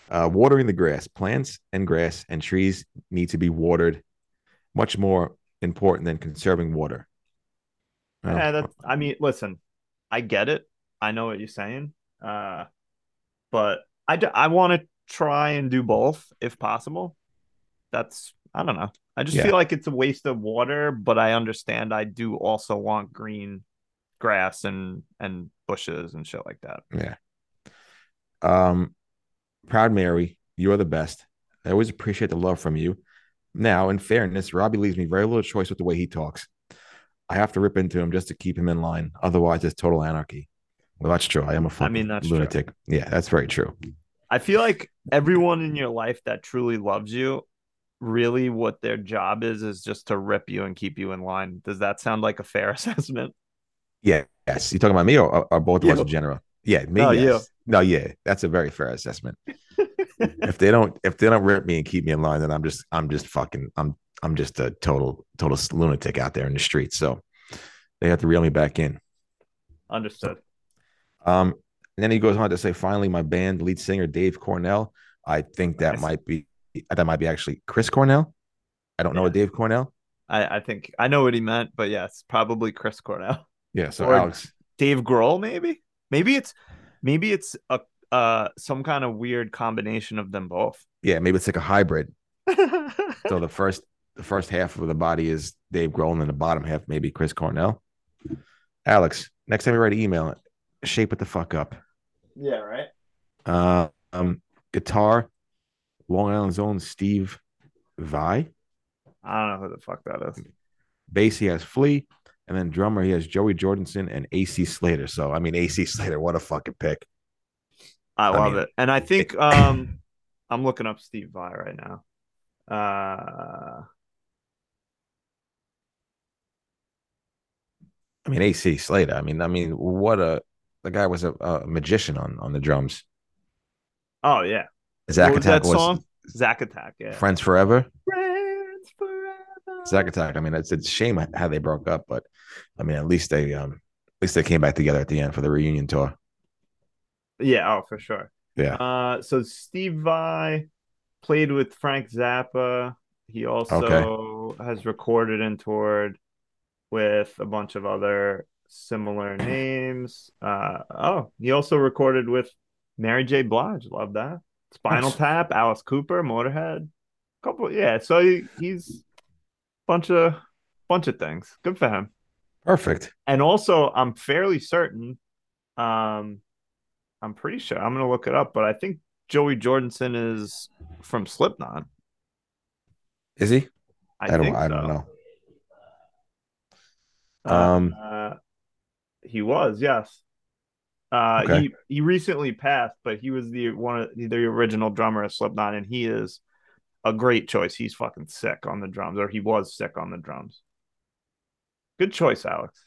S3: uh, watering the grass, plants and grass and trees need to be watered. Much more important than conserving water. Well,
S4: Yeah, that's, I mean, listen, I get it. I know what you're saying. Uh, but I, d- I want to try and do both if possible. That's, I don't know. I just
S3: Yeah.
S4: feel like it's a waste of water, but I understand I do also want green grass and, and bushes and shit like that.
S3: Um, proud Mary, you are the best. I always appreciate the love from you. Now, in fairness, Robbie leaves me very little choice with the way he talks. I have to rip into him just to keep him in line. Otherwise, it's total anarchy. Well, that's true. I am a fucking
S4: mean, that's true.
S3: lunatic. Yeah, that's very true.
S4: I feel like everyone in your life that truly loves you, really what their job is, is just to rip you and keep you in line. Does that sound like a fair assessment?
S3: Yes, you talking about me or, or, or both of us
S4: You.
S3: in general? Yeah, me.
S4: No, you.
S3: yes. No, yeah, that's a very fair assessment. if they don't, if they don't rip me and keep me in line, then I'm just, I'm just fucking, I'm, I'm just a total, total lunatic out there in the street. So they have to reel me back in.
S4: Understood.
S3: Um, and then he goes on to say, finally, my band lead singer Dave Cornell. I think that
S4: Nice.
S3: might be that might be actually Chris Cornell. I don't know a Dave Cornell.
S4: I, I think I know what he meant, but yes, probably Chris Cornell,
S3: Yeah. So
S4: Or-
S3: Alex,
S4: Dave Grohl, maybe. Maybe it's maybe it's a uh some kind of weird combination of them both.
S3: yeah, maybe it's like a hybrid.
S4: I
S3: So the first the first half of the body is Dave Grohl, and then the bottom half maybe Chris Cornell. Alex, next time you write an email, shape it the fuck up.
S7: Yeah, right.
S3: Uh, um, guitar, Long Island Zone, Steve Vai.
S4: don't know who the fuck that is.
S3: bass he has Flea, and then drummer he has Joey Jordanson and AC Slater. So I mean AC Slater, what a fucking pick.
S4: I love
S3: mean-
S4: it. And I think um I'm looking up Steve Vai right now. Uh
S3: I mean AC Slater. I mean I mean what a the guy was a, a magician on on the drums.
S4: oh yeah.
S3: Zach
S4: What was that
S3: Attack was,
S4: song? Zack Attack. Yeah.
S3: Friends forever.
S4: Friends forever.
S3: Zack Attack. I mean, it's, it's a shame how they broke up, but I mean, at least they um, at least they came back together at the end for the reunion tour.
S4: Yeah, oh, for sure.
S3: Yeah.
S4: Uh, so Steve Vai played with Frank Zappa. He also has recorded and toured with a bunch of other similar names. Uh, oh, he also recorded with Mary J. Blige. Love that. Spinal
S1: Nice.
S4: Tap, Alice Cooper, Motorhead. Couple, yeah. So he, he's bunch of bunch of things. Good for him
S3: Perfect.
S4: and also i'm fairly certain um i'm pretty sure i'm gonna look it up but i think joey jordanson is from slipknot
S3: Is he?
S4: i,
S3: don't.
S4: think
S3: I don't
S4: so.
S3: know. Um.
S4: Uh, he was yes uh
S3: Okay.
S4: he, he recently passed but he was the one of the original drummer of slipknot and he is a great choice he's fucking sick on the drums or he was sick on the drums good choice alex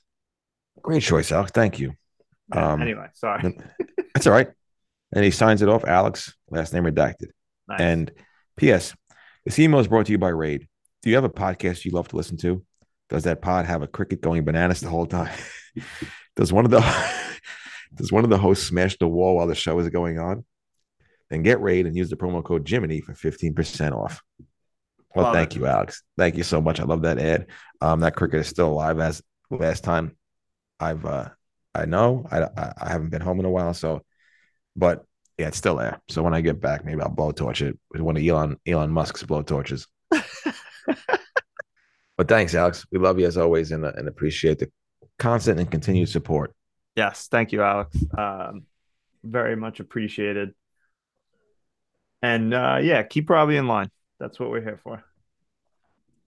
S3: Great choice, Alex. Thank you.
S4: Yeah,
S3: Um,
S4: anyway sorry
S3: That's all right. And he signs it off, Alex, last name redacted.
S4: Nice.
S3: And P.S. This email is brought to you by Raid. Do you have a podcast you love to listen to? Does that pod have a cricket going bananas the whole time? does one of the does one of the hosts smash the wall while the show is going on? Then get Raid and use the promo code Jiminy for fifteen percent off. Well,
S4: Love
S3: thank
S4: it.
S3: you, Alex. Thank you so much. I love that ad. Um, that cricket is still alive as last time. I've uh, I know I I- I haven't been home in a while, so but yeah, it's still there. So when I get back, maybe I'll blowtorch it with one of Elon Elon Musk's blowtorches. but thanks, Alex. We love you as always, and, uh, and appreciate the constant and continued support.
S4: Yes, thank you, Alex. Um, very much appreciated. And uh, yeah, keep Robbie in line. That's what we're here for.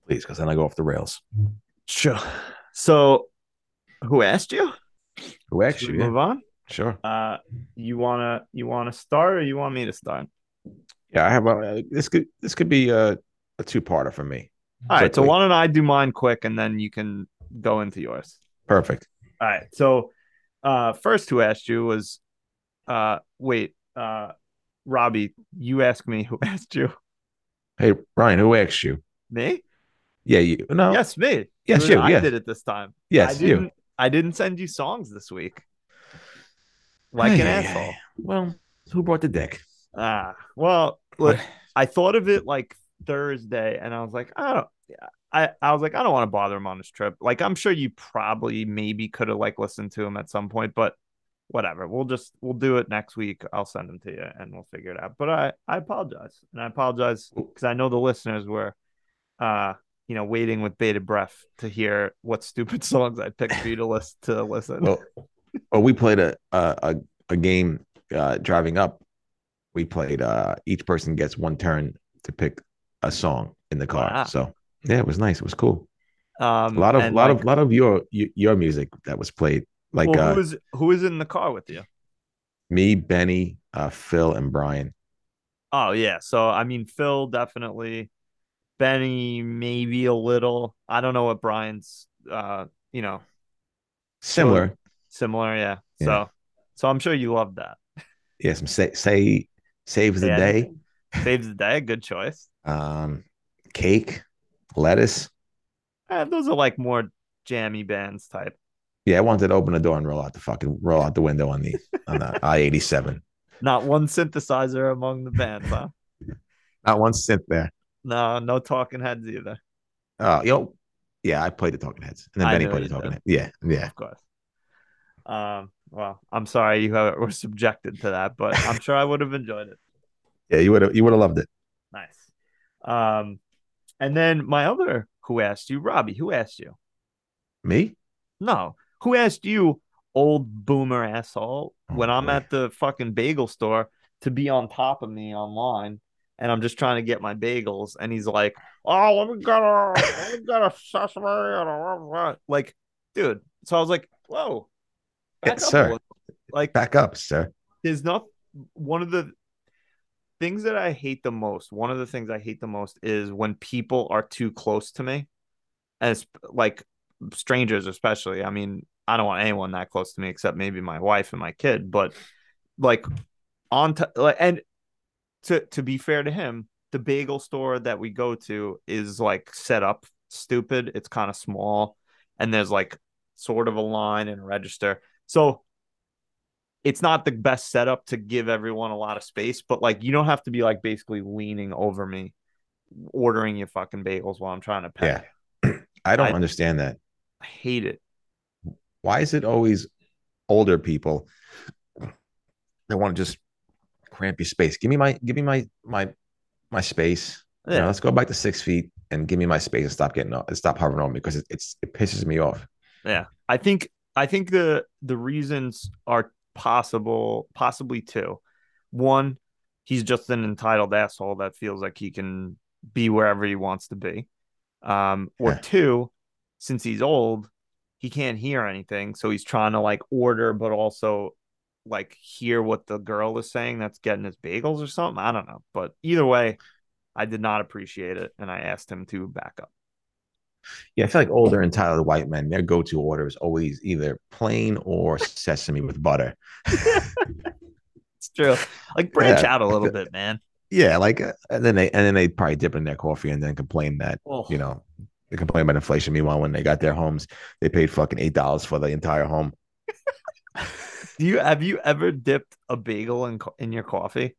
S3: Please, because then I go off the rails.
S4: Sure. So, who asked you?
S3: Who
S4: Should
S3: actually?
S4: we
S3: Yeah,
S4: move on?
S3: sure.
S4: Uh, you wanna you wanna start, or you want me to start?
S3: Yeah, I have. A, uh, this could this could be a, a two parter for me.
S4: All right. So
S3: Quickly.
S4: why don't I do mine quick, and then you can go into yours.
S3: Perfect.
S4: All right. So, uh, first who asked you was, uh, wait, uh, Robbie, you asked me who asked you.
S3: Hey, Ryan, who asked you?
S4: Me?
S3: Yeah, you. No.
S4: Yes, me.
S3: Oh. Yes,
S4: Even
S3: you,
S4: I
S3: yes.
S4: did it this time. I
S3: Yes,
S4: didn't,
S3: you.
S4: I didn't send you songs this week. Like
S3: Ay,
S4: an
S3: ay, ay.
S4: asshole.
S3: Well, who brought the dick?
S4: Ah, well, look, I thought of it like Thursday, and I was like, I don't. I, I was like, I don't want to bother him on this trip. Like, I'm sure you probably maybe could have like listened to him at some point, but whatever. We'll just we'll do it next week. I'll send them to you and we'll figure it out. But I I apologize and I apologize because I know the listeners were, uh, you know, waiting with bated breath to hear what stupid songs I picked for you to listen to listen.
S3: well, well, Oh, we played a a a, a game uh, driving up. We played. Uh, each person gets one turn to pick a song in the car.
S4: Wow.
S3: So yeah, it was nice. It was cool.
S4: Um,
S3: A lot of
S4: and,
S3: lot
S4: like-
S3: of lot of your y- your music that was played. Like
S4: well,
S3: uh,
S4: who is who is in the car with you?
S3: me, Benny, uh, Phil, and Brian.
S4: Oh yeah, so I mean Phil definitely, Benny maybe a little. I don't know what Brian's, uh, you know,
S3: Similar.
S4: similar. Yeah,
S3: Yeah.
S4: so so I'm sure you love that.
S3: Yeah, some say say saves the
S4: Yeah.
S3: day.
S4: Saves the day, good choice.
S3: Um, cake, lettuce.
S4: Eh, those are like more jammy bands type.
S3: Yeah, I wanted to open the door and roll out the fucking roll out the window on the on the I eighty seven.
S4: Not one synthesizer among the bands, huh?
S3: Not one synth there.
S4: No, no talking heads either.
S3: Uh, you know, yeah, I played the Talking Heads, and then
S4: I
S3: Benny
S4: know
S3: played
S4: you
S3: the Talking Heads. Yeah, yeah.
S4: of course. Um, well, I'm sorry you uh, were subjected to that, but I'm sure I would have enjoyed it.
S3: Yeah, you would have you would have loved it.
S4: Nice. Um, and then my other who asked you, Robbie, who asked you?
S3: Me?
S4: No, who asked you, old boomer asshole,
S3: Oh,
S4: when I'm
S3: boy.
S4: at the fucking bagel store to be on top of me online and I'm just trying to get my bagels, and he's like, Oh, let me get a let me get a sesame and a rah, rah." like, dude. So I was like, Whoa,
S3: Yeah,
S4: back up a
S3: sir.
S4: little." like
S3: Back up, sir.
S4: there's not one of the things that I hate the most. One of the things I hate the most is when people are too close to me, as like strangers, especially. I mean, I don't want anyone that close to me except maybe my wife and my kid, but like on to like and to to be fair to him, the bagel store that we go to is like set up stupid. It's kind of small, and there's like sort of a line and a register. So it's not the best setup to give everyone a lot of space, but like you don't have to be like basically leaning over me ordering your fucking bagels while I'm trying to pay.
S3: Yeah. I don't
S4: I-
S3: understand that.
S4: I hate it.
S3: Why is it always older people that want to just cramp your space? Give me my give me my my my space. You know,
S4: Yeah.
S3: let's go back to six feet and give me my space and stop getting and stop hovering over me because it, it's it pisses me off.
S4: I think I think the the reasons are possible, possibly two. One, he's just an entitled asshole that feels like he can be wherever he wants to be. Um, or
S3: Yeah.
S4: two, since he's old, he can't hear anything, so he's trying to like order, but also like hear what the girl is saying that's getting his bagels or something. I don't know, but either way, I did not appreciate it, and I asked him to back up.
S3: Yeah, I feel like older entitled white men, their go-to order is always either plain or sesame with butter.
S4: It's true. Like branch
S3: Yeah.
S4: out a little bit, man.
S3: Yeah, like uh, and then they and then they probably dip in their coffee and then complain that
S4: Oh.
S3: you know they complain about inflation. Meanwhile, when they got their homes, they paid fucking eight dollars for the entire home.
S4: Do you have you ever dipped a bagel in co- in your coffee?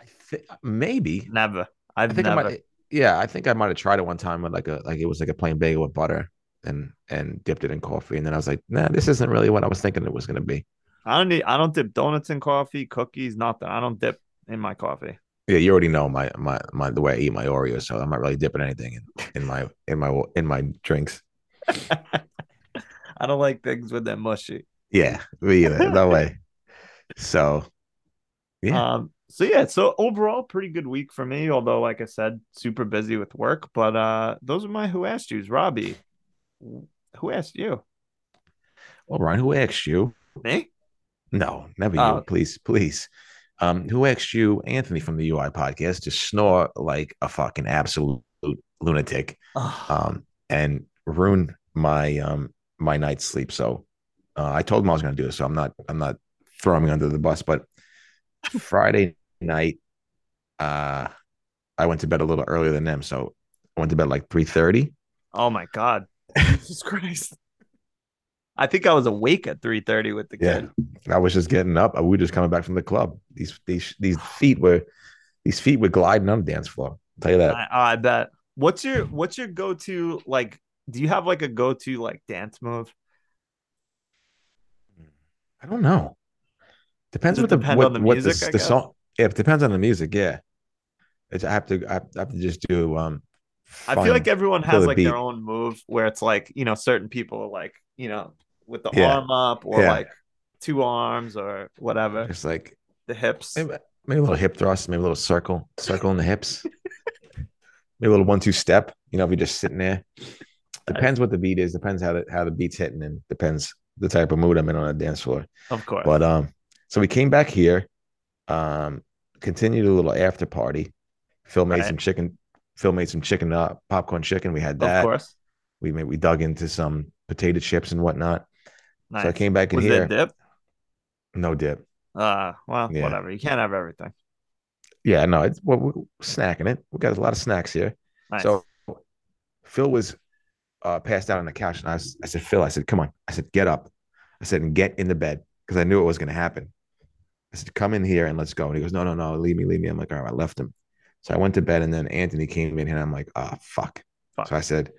S3: I think maybe
S4: Never.
S3: I
S4: I've
S3: think I
S4: never.
S3: might. eh, Yeah, I think I might have tried it one time with like a like it was like a plain bagel with butter and and dipped it in coffee and then I was like, nah, this isn't really what I was thinking it was gonna be.
S4: I don't. Need, I don't dip donuts in coffee, cookies, nothing. I don't dip in my coffee.
S3: Yeah, you already know my my my the way I eat my Oreos, so I'm not really dipping anything in, in my in my in my drinks.
S4: I don't like things with that mushy.
S3: Yeah, me either. No way. So Yeah.
S4: Um. So yeah. So overall, pretty good week for me. Although, like I said, super busy with work. But uh, those are my who asked yous. Robbie, who asked you?
S3: Well, Ryan, who asked you?
S4: Me.
S3: No, never
S4: Oh.
S3: you. Please, please. Um, who asked you, Anthony from the UI podcast, to snore like a fucking absolute lunatic
S4: Ugh.
S3: um, and ruin my um, my night's sleep? So uh, I told him I was going to do this, so I'm not I'm not throwing him under the bus. But Friday night, uh, I went to bed a little earlier than them, so I went to bed like three thirty.
S4: oh my god. Jesus Christ. I think I was awake at three thirty with the
S3: Yeah.
S4: kid.
S3: I was just getting up. We were just coming back from the club. These these these feet were these feet were gliding on the dance floor. I'll tell you that.
S4: I, I bet. What's your what's your go to like? Do you have like a go to like dance move?
S3: I don't know. Depends
S4: Does it
S3: what the
S4: depend
S3: what,
S4: on the
S3: what
S4: music,
S3: the,
S4: I
S3: the
S4: guess?
S3: song. Yeah, it depends on the music. Yeah, it's, I have to I have, I have to just do. um
S4: I feel like
S3: fun.
S4: everyone
S3: To
S4: has
S3: the
S4: like
S3: beat.
S4: their own move where it's like you know certain people are like you know with the
S3: Yeah.
S4: arm up or
S3: Yeah.
S4: like two arms or whatever
S3: it's like
S4: the hips.
S3: maybe, maybe a little hip thrust, maybe a little circle, circle in the hips, maybe a little one two step. You know, if you're just sitting there. Depends what the beat is. Depends how the how the beat's hitting, and depends the type of mood I'm in on the dance floor.
S4: Of course.
S3: But um, so we came back here, um, continued a little after party. Phil made
S4: Right.
S3: some chicken. Phil made some chicken, uh, popcorn chicken. We had
S4: of
S3: that.
S4: course.
S3: We made we dug into some potato chips and whatnot.
S4: Nice.
S3: So I came back in
S4: Was
S3: here.
S4: it dip?
S3: No dip.
S4: Uh, well,
S3: Yeah.
S4: whatever. You can't have everything.
S3: Yeah, no, it's well, we're snacking it. We got a lot of snacks here.
S4: Nice.
S3: So Phil was uh, passed out on the couch, and I, was, I said, Phil, I said, come on. I said, get up. I said, and get in the bed because I knew it was going to happen. I said, come in here and let's go. And he goes, no, no, no, leave me, leave me. I'm like, all right, I left him. So I went to bed, and then Anthony came in, and I'm like, ah, fuck.
S4: Fuck.
S3: So I said,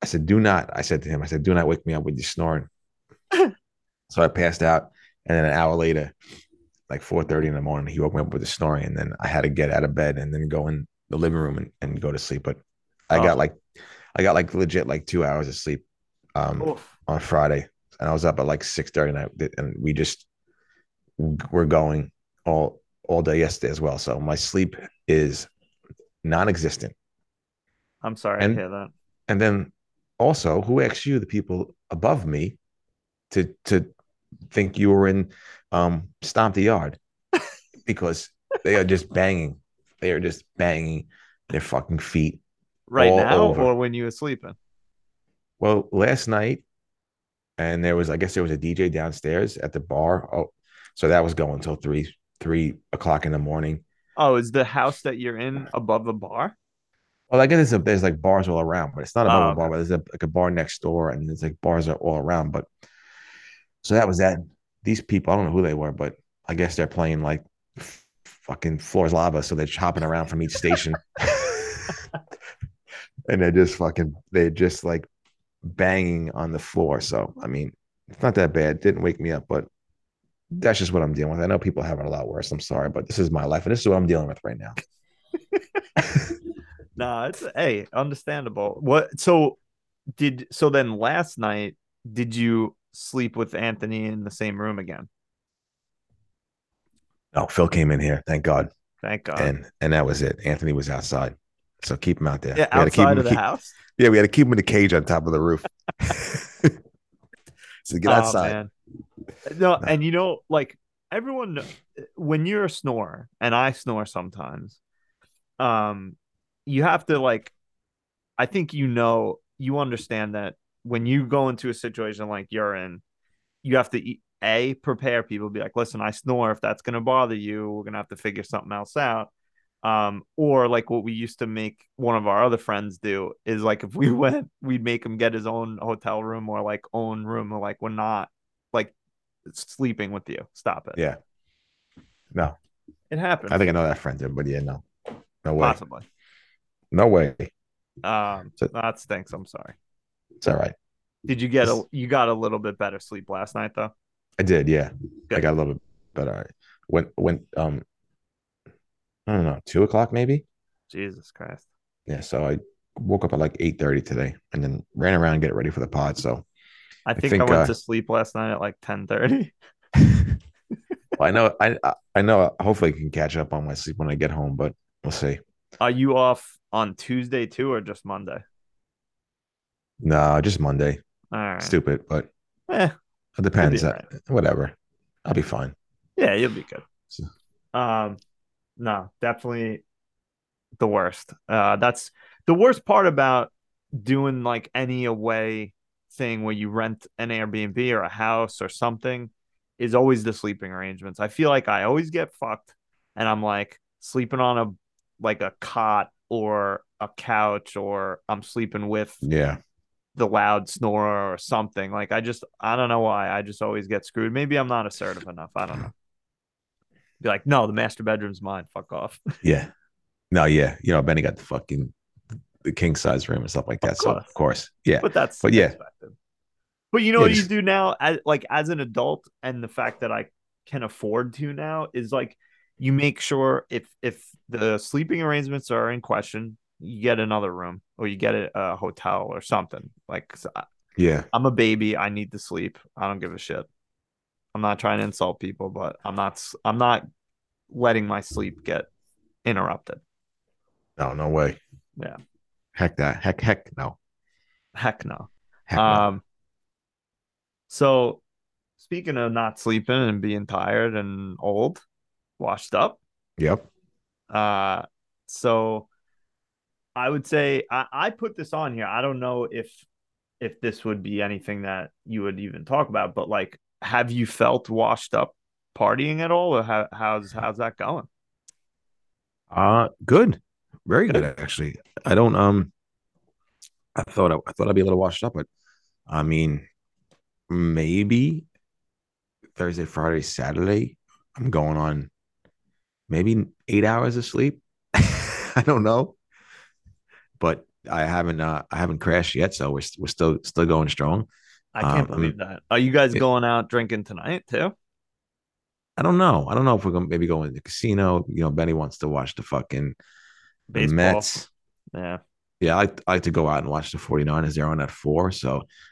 S3: I said, do not. I said to him, I said, do not wake me up with your snoring. so I passed out, and then an hour later, like 4:30 in the morning, he woke me up with a snoring, and then I had to get out of bed and then go in the living room and, and go to sleep. But I
S4: Oh.
S3: got like, I got like legit like two hours of sleep um,
S4: Oof.
S3: on Friday, and I was up at like 6:30, and I and we just were going all all day yesterday as well. So my sleep is non-existent.
S4: I'm sorry
S3: And-
S4: to hear that.
S3: And then also, who asked you, the people above me, to to think you were in um, Stomp the Yard? because they are just banging. They are just banging their fucking feet.
S4: Right
S3: all
S4: now
S3: over.
S4: or when you were sleeping.
S3: Well, last night, and there was, I guess there was a DJ downstairs at the bar. Oh, so that was going till three, three o'clock in the morning.
S4: Oh, is the house that you're in above a bar?
S3: Well, I guess there's, a, there's like bars all around, but it's not a
S4: Oh,
S3: bubble
S4: okay.
S3: bar. But there's a, like a bar next door, and there's like bars are all around. But so that was that. These people, I don't know who they were, but I guess they're playing like f- fucking floors lava, so they're hopping around from each station, and they're just fucking, they're just like banging on the floor. So I mean, it's not that bad. didn't wake me up, but that's just what I'm dealing with. I know people have it a lot worse. I'm sorry, but this is my life, and this is what I'm dealing with right now.
S4: Nah, it's hey, understandable. What so did so then last night did you sleep with Anthony in the same room again?
S3: Oh, Phil came in here. Thank God.
S4: Thank God.
S3: and and that was it. Anthony was outside, so keep him out there.
S4: yeah,
S3: We had to keep
S4: outside
S3: him-
S4: of the
S3: keep-
S4: house.
S3: Yeah, we had to keep him in the cage on top of the roof. so get
S4: Oh,
S3: outside.
S4: man. No, and you know, like everyone, kn- when you're a snorer, and I snore sometimes, um, you have to like, I think you know, you understand that when you go into a situation like you're in, you have to e- a prepare people, be like, listen, I snore. If that's gonna bother you, we're gonna have to figure something else out. Um, or like what we used to make one of our other friends do is like if we went, we'd make him get his own hotel room or like own room, or like we're not like sleeping with you. Stop it.
S3: Yeah. No,
S4: It happens.
S3: I think I know that friend did, but yeah, no, no way,
S4: possibly.
S3: no way.
S4: Um,
S3: So-
S4: that stinks. I'm sorry.
S3: It's all right.
S4: Did you get a you got a little bit better sleep last night though?
S3: I did. Yeah, I
S4: Good.
S3: got a little bit better. When when um, I don't know, two o'clock maybe.
S4: Jesus Christ.
S3: Yeah, so I woke up at like eight thirty today, and then ran around and get ready for the pod. So
S4: I think I,
S3: think,
S4: went
S3: uh,
S4: to sleep last night at like 10:30.
S3: well, I know I I- I know. Hopefully, I can catch up on my sleep when I get home, but we'll see.
S4: Are you off on Tuesday too or just Monday?
S3: No, just Monday.
S4: All right.
S3: Stupid, but
S4: Eh,
S3: it depends.
S4: all
S3: Uh, Whatever. I'll be fine.
S4: yeah, you'll be good.
S3: So-
S4: Um no, definitely the worst. Uh that's the worst part about doing like any away thing where you rent an Airbnb or a house or something is always the sleeping arrangements. I feel like I always get fucked and I'm like sleeping on a like a cot or a couch or I'm sleeping with
S3: Yeah.
S4: the loud snorer or something. Like I just I don't know why. I just always get screwed. Maybe I'm not assertive enough. I don't know. Be like, no, the master bedroom's mine. Fuck off.
S3: Yeah. No, yeah. You know, Benny got the fucking the king size room and stuff like that. so
S4: course.
S3: of course. Yeah.
S4: but that's
S3: But yeah.
S4: expected. But you know
S3: Yeah,
S4: what you
S3: just-
S4: do now, as, like as an adult, and the fact that I can afford to now is like you make sure if if the sleeping arrangements are in question, you get another room or you get a, a hotel or something. Like 'cause I-
S3: Yeah.
S4: I'm a baby, I need to sleep. I don't give a shit. I'm not trying to insult people, but I'm not s- I'm not letting my sleep get interrupted.
S3: No, no way.
S4: Yeah.
S3: Heck that. Heck, heck no.
S4: Heck no.
S3: Heck no.
S4: Um, so speaking of not sleeping and being tired and old, washed up,
S3: Yep.
S4: uh, so I would say I, I put this on here. I don't know if if this would be anything that you would even talk about, but like, have you felt washed up partying at all, or how, how's how's that going?
S3: Uh good. Very good actually. I don't um I thought I, I thought I'd be a little washed up, but I mean maybe Thursday, Friday, Saturday, I'm going on maybe eight hours of sleep. I don't know. But I haven't uh I haven't crashed yet, so we're st- we're still still going strong.
S4: I can't
S3: Um,
S4: believe that. Are you guys
S3: it-
S4: going out drinking tonight too?
S3: I don't know. I don't know if we're gonna maybe go in the casino. You know, Benny wants to watch the fucking
S4: Baseball.
S3: Mets.
S4: Yeah.
S3: yeah, I, like- I like to go out and watch the 49ers. They're on at four. So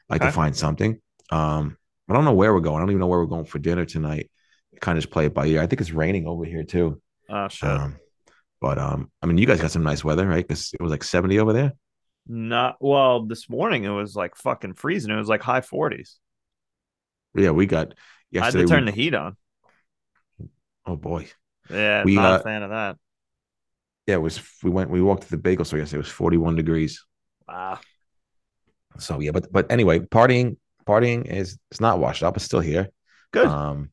S3: I like
S4: Okay.
S3: to find something. Um, I don't know where we're going. I don't even know where we're going for dinner tonight. Kind of just play it by ear. I think it's raining over here too.
S4: Oh shit.
S3: Um, but um, I mean, you guys got some nice weather, right? Because it was like 70 over there.
S4: Not well. This morning it was like fucking freezing. It was like high forties.
S3: Yeah, we got
S4: I had
S3: yesterday.
S4: to turn
S3: we-
S4: the heat on.
S3: oh boy.
S4: Yeah,
S3: We,
S4: not
S3: uh,
S4: a fan of that.
S3: Yeah, it was. We went. We walked to the bagel store yesterday. It was 41 degrees. uh,
S4: Wow.
S3: So yeah, but but anyway, partying partying is it's not washed up. It's still here.
S4: Good.
S3: Um,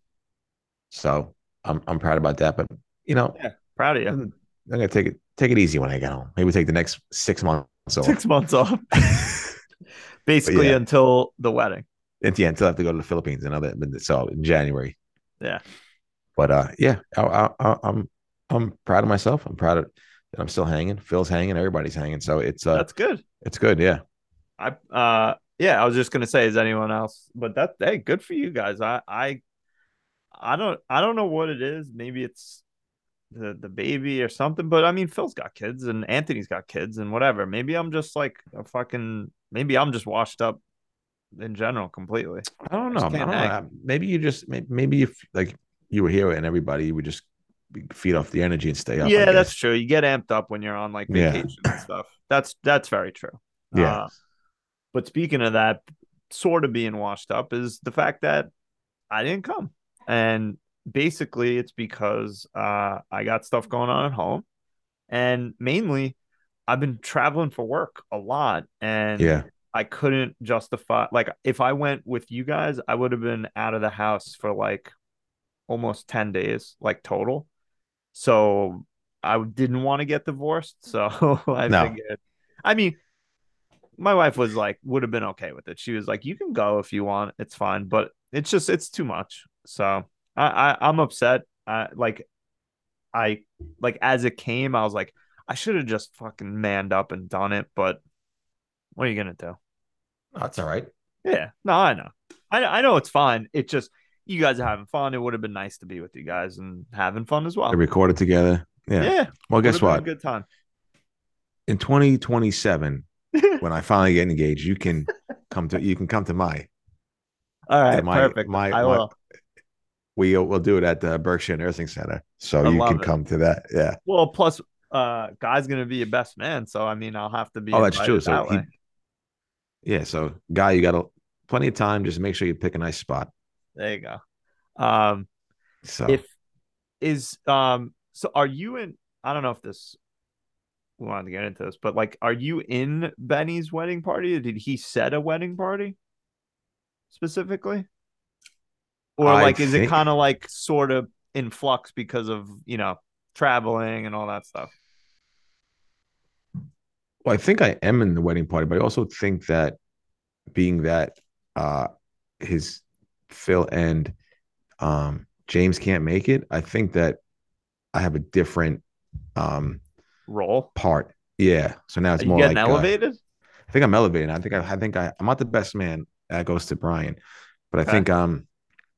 S3: so I'm I'm proud about that. But you know,
S4: Yeah. Proud of you.
S3: I'm gonna take it take it easy when I get home. Maybe take the next six months off.
S4: Six months off. Basically
S3: yeah.
S4: until the wedding.
S3: At the end, until I have to go to the Philippines another so in January.
S4: Yeah.
S3: But uh, yeah, I, I, I, I'm I'm proud of myself. I'm proud of that I'm still hanging. Phil's hanging. Everybody's hanging. So it's uh,
S4: That's good.
S3: it's good. Yeah.
S4: I uh yeah, I was just gonna say, is anyone else? But that hey, good for you guys. I I I don't I don't know what it is. Maybe it's the the baby or something. But I mean, Phil's got kids and Anthony's got kids and whatever. Maybe I'm just like a fucking. Maybe I'm just washed up in general completely.
S3: I don't know.
S4: Just
S3: I
S4: can't
S3: don't know.
S4: hang.
S3: I- Maybe you just may- maybe if like you were here and everybody you would just feed off the energy and stay up. I
S4: yeah, that's
S3: guess.
S4: true. You get amped up when you're on like
S3: Yeah.
S4: vacation and stuff. That's that's very true.
S3: Yeah.
S4: Uh, but speaking of that, sort of being washed up is the fact that I didn't come, and basically it's because uh, I got stuff going on at home, and mainly I've been traveling for work a lot, and
S3: yeah.
S4: I couldn't justify like if I went with you guys, I would have been out of the house for like almost 10 days, like total. So I didn't want to get divorced. So I
S3: No.
S4: figured I mean my wife was like would have been okay with it. She was like, You can go if you want, it's fine, but it's just it's too much. So I, I I'm upset. I like I like as it came, I was like, I should have just fucking manned up and done it, but what are you gonna do?
S3: That's all right.
S4: Yeah, no, I know. I I know it's fine. It just you guys are having fun. It would have been nice to be with you guys and having fun as well.
S3: They recorded together. Yeah.
S4: yeah,
S3: Well,
S4: would've
S3: guess
S4: been a
S3: what?
S4: good time.
S3: In 2027, when I finally get engaged, you can come to you can come to my.
S4: All right,
S3: Yeah, my-
S4: perfect.
S3: my-
S4: I
S3: my-
S4: will.
S3: We will do it at the Berkshire Nursing Center, so
S4: I
S3: you
S4: love
S3: can
S4: it.
S3: come to that. Yeah.
S4: Well, plus, uh, guy's gonna be your best man, so I mean, I'll have to be.
S3: Oh, that's
S4: invited
S3: true. So
S4: that
S3: he-
S4: way.
S3: Yeah. So, guy, you got a, plenty of time. Just make sure you pick a nice spot.
S4: there you go. Um,
S3: So
S4: if is um so are you in i don't know if this we wanted to get into this but like are you in benny's wedding party or did he set a wedding party specifically or
S3: I
S4: like is it
S3: think-
S4: kind of like sort of in flux because of you know traveling and all that stuff
S3: Well, I think I am in the wedding party, but I also think that being that uh his Phil and um James can't make it, I think that I have a different um
S4: role
S3: part. Yeah. So now it's
S4: are you
S3: more
S4: getting
S3: like uh,
S4: elevated
S3: I think I'm elevated. I think I, I think I, I'm not the best man. That goes to Brian, but I
S4: Okay.
S3: think I'm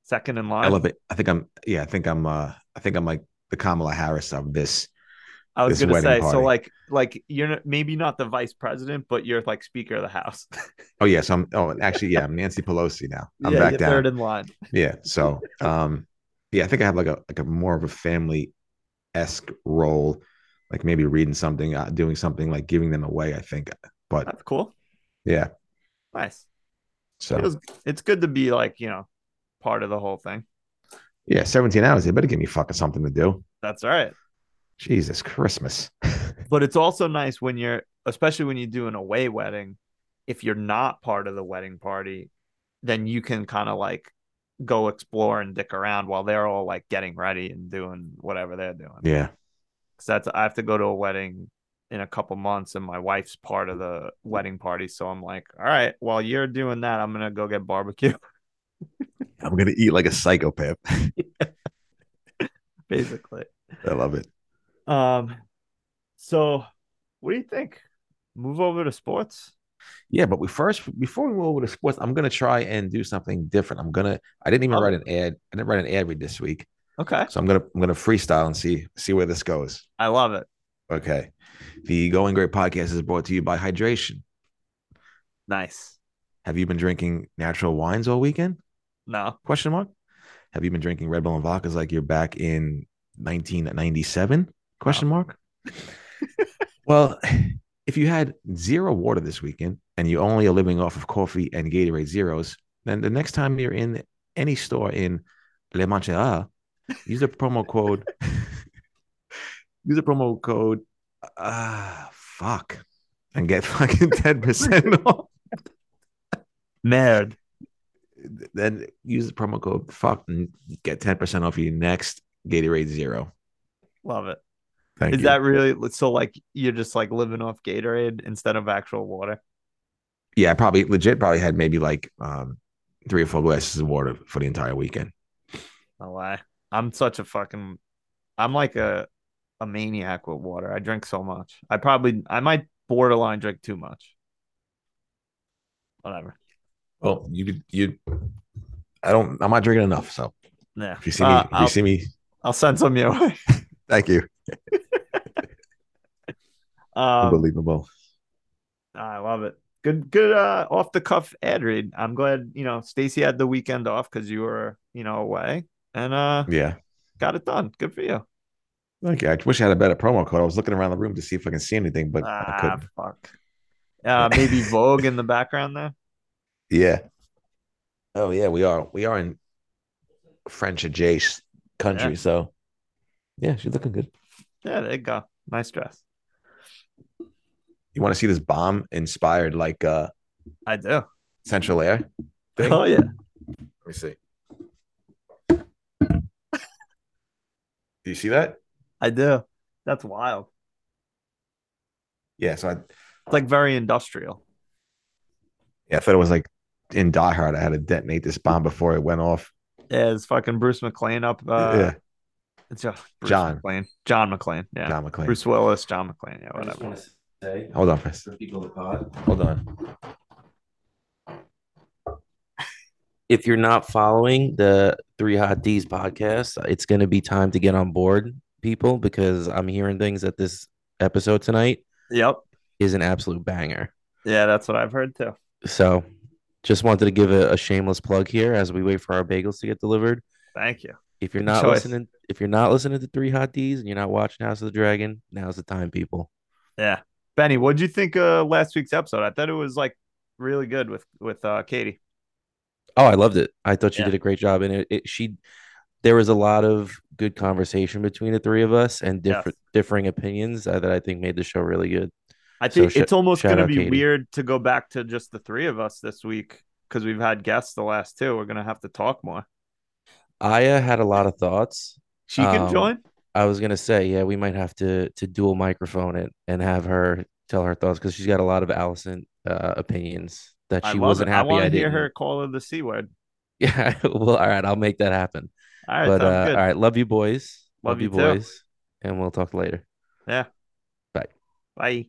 S4: second in line
S3: elevate. I think I'm yeah. I think I'm uh I think I'm like the Kamala Harris of this.
S4: i
S3: this
S4: was gonna
S3: wedding
S4: say so
S3: party.
S4: like like you're not, maybe not the vice president but you're like speaker of the house
S3: Oh yes, I'm. Oh, actually, yeah, I'm Nancy Pelosi now. I'm
S4: yeah
S3: back
S4: you're
S3: down.
S4: third in line
S3: yeah so um yeah i think i have like a like a more of a family esque role like maybe reading something uh, doing something like giving them away i think but
S4: that's cool
S3: yeah
S4: nice
S3: so
S4: feels, it's good to be like you know part of the whole thing
S3: yeah 17 hours they better give me fucking something to do
S4: that's all right
S3: jesus christmas
S4: but it's also nice when you're especially when you do an away wedding if you're not part of the wedding party then you can kind of like go explore and dick around while they're all like getting ready and doing whatever they're doing
S3: yeah
S4: because that's i have to go to a wedding in a couple months and my wife's part of the wedding party so i'm like all right while you're doing that i'm gonna go get barbecue
S3: i'm gonna eat like a psychopath
S4: basically
S3: i love it
S4: Um, so what do you think? Move over to sports?
S3: yeah but we first before we move over to sports i'm gonna try and do something different i'm gonna i didn't even
S4: Oh.
S3: write an ad i didn't write an ad read this week
S4: Okay.
S3: so i'm gonna i'm gonna freestyle and see see where this goes
S4: I love it.
S3: Okay. The Going Great podcast is brought to you by hydration.
S4: Nice.
S3: Have you been drinking natural wines all weekend?
S4: No.
S3: Question mark. Have you been drinking Red Bull and vodkas like you're back in 1997? Question mark. well, if you had zero water this weekend and you only are living off of coffee and Gatorade zeros, then the next time you're in any store in Le Mancha, use the promo code. use the promo code. Ah, fuck, and get fucking ten percent off
S4: Nerd.
S3: then use the promo code fuck and get 10% off your next Gatorade Zero.
S4: Love it.
S3: Thank
S4: Is
S3: you.
S4: that really so? Like you're just like living off Gatorade instead of actual water.
S3: yeah, I probably legit probably had maybe like um three or four glasses of water for the entire weekend.
S4: No lie. I'm such a fucking. I'm like a a maniac with water. I drink so much. I probably I might borderline drink too much. Whatever.
S3: Well, you you I don't I'm not drinking enough. So
S4: Yeah.
S3: if you see me
S4: Uh,
S3: if you
S4: I'll,
S3: see me,
S4: I'll send some your way.
S3: thank you.
S4: Um,
S3: Unbelievable.
S4: I love it. Good, good. Uh, off the cuff ad read. I'm glad you know Stacy had the weekend off because you were you know away and uh
S3: Yeah.
S4: got it done. Good for you.
S3: Thank you. I wish I had a better promo code. I was looking around the room to see if I can see anything, but I
S4: ah,
S3: couldn't.
S4: fuck. Uh, maybe Vogue in the background there.
S3: Yeah. Oh yeah, we are we are in French adjacent country,
S4: Yeah.
S3: so yeah, she's looking good.
S4: Yeah, there you go. Nice dress.
S3: You want to see this bomb inspired like uh
S4: I do.
S3: Central Air? Thing?
S4: Oh yeah.
S3: Let me see. Do you see that?
S4: I do. That's wild.
S3: Yeah. So I,
S4: It's like very industrial.
S3: yeah, I thought it was like in Die Hard. I had to detonate this bomb before it went off.
S4: Yeah, it's fucking Bruce McLean up. Uh,
S3: yeah.
S4: It's just Bruce
S3: John.
S4: McLean. John McLean. Yeah.
S3: John McClane.
S4: Bruce Willis, John McLean. Yeah,
S5: I just
S4: whatever.
S5: want to say
S3: Hold on, first.
S5: for people in the pod,
S3: Hold on.
S5: if you're not following the Three Hot D's podcast, it's going to be time to get on board, people, because I'm hearing things that this episode tonight
S4: Yep.
S5: is an absolute banger.
S4: Yeah, that's what I've heard too.
S5: So, just wanted to give a, a shameless plug here as we wait for our bagels to get delivered.
S4: Thank you.
S5: If you're not
S4: choice.
S5: listening, if you're not listening to Three Hot D's and you're not watching House of the Dragon, now's the time, people.
S4: Yeah. Benny, what'd you think of last week's episode? I thought it was like really good with with uh Katie.
S5: Oh, I loved it. I thought she
S4: Yeah.
S5: did a great job, and it, it she there was a lot of good conversation between the three of us and
S4: Yes.
S5: different differing opinions uh, that I think made the show really good.
S4: I
S5: So
S4: think
S5: sh-
S4: it's almost
S5: shout
S4: gonna
S5: out
S4: be
S5: Katie.
S4: weird to go back to just the three of us this week because we've had guests the last two. We're gonna have to talk more.
S5: Aya had a lot of thoughts.
S4: She can
S5: Um,
S4: join.
S5: I was gonna say, yeah, we might have to to dual microphone it and have her tell her thoughts because she's got a lot of Allison uh, opinions that
S4: I
S5: she
S4: love
S5: wasn't
S4: it. I
S5: happy.
S4: wanna
S5: I,
S4: hear
S5: didn't.
S4: her call her the C word.
S5: Yeah. Well, all right, I'll make that happen.
S4: All right,
S5: but
S4: sounds
S5: uh,
S4: good.
S5: all right, love you boys.
S4: Love you too.
S5: boys, and we'll talk later.
S4: Bye.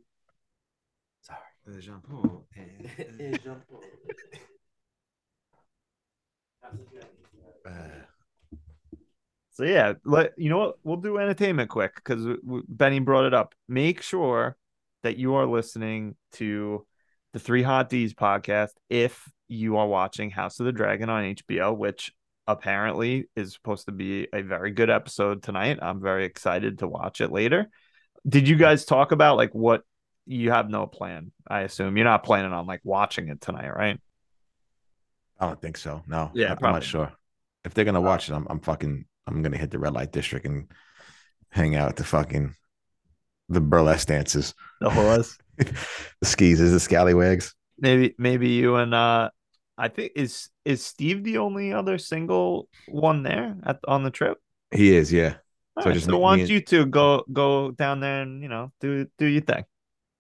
S4: So yeah, let you know what we'll do entertainment quick because Benny brought it up. Make sure that you are listening to the Three Hot D's podcast if you are watching House of the Dragon on HBO, which apparently is supposed to be a very good episode tonight. I'm very excited to watch it later. Did you guys talk about like what you have no plan? I assume you're not planning on like watching it tonight, right?
S3: I don't think so. No.
S4: Yeah,
S3: I- I'm
S4: probably.
S3: not sure. If they're gonna watch it, I'm, I'm fucking. I'm gonna hit the red light district and hang out at the fucking the burlesque dances,
S4: The horse.
S3: the skeezers, the scallywags.
S4: Maybe maybe you and uh I think is is Steve the only other single one there at on the trip?
S3: He is, yeah.
S4: All
S3: So
S4: right,
S3: just
S4: so
S3: me-
S4: why
S3: me
S4: don't
S3: and-
S4: you two go go down there and you know do do your thing.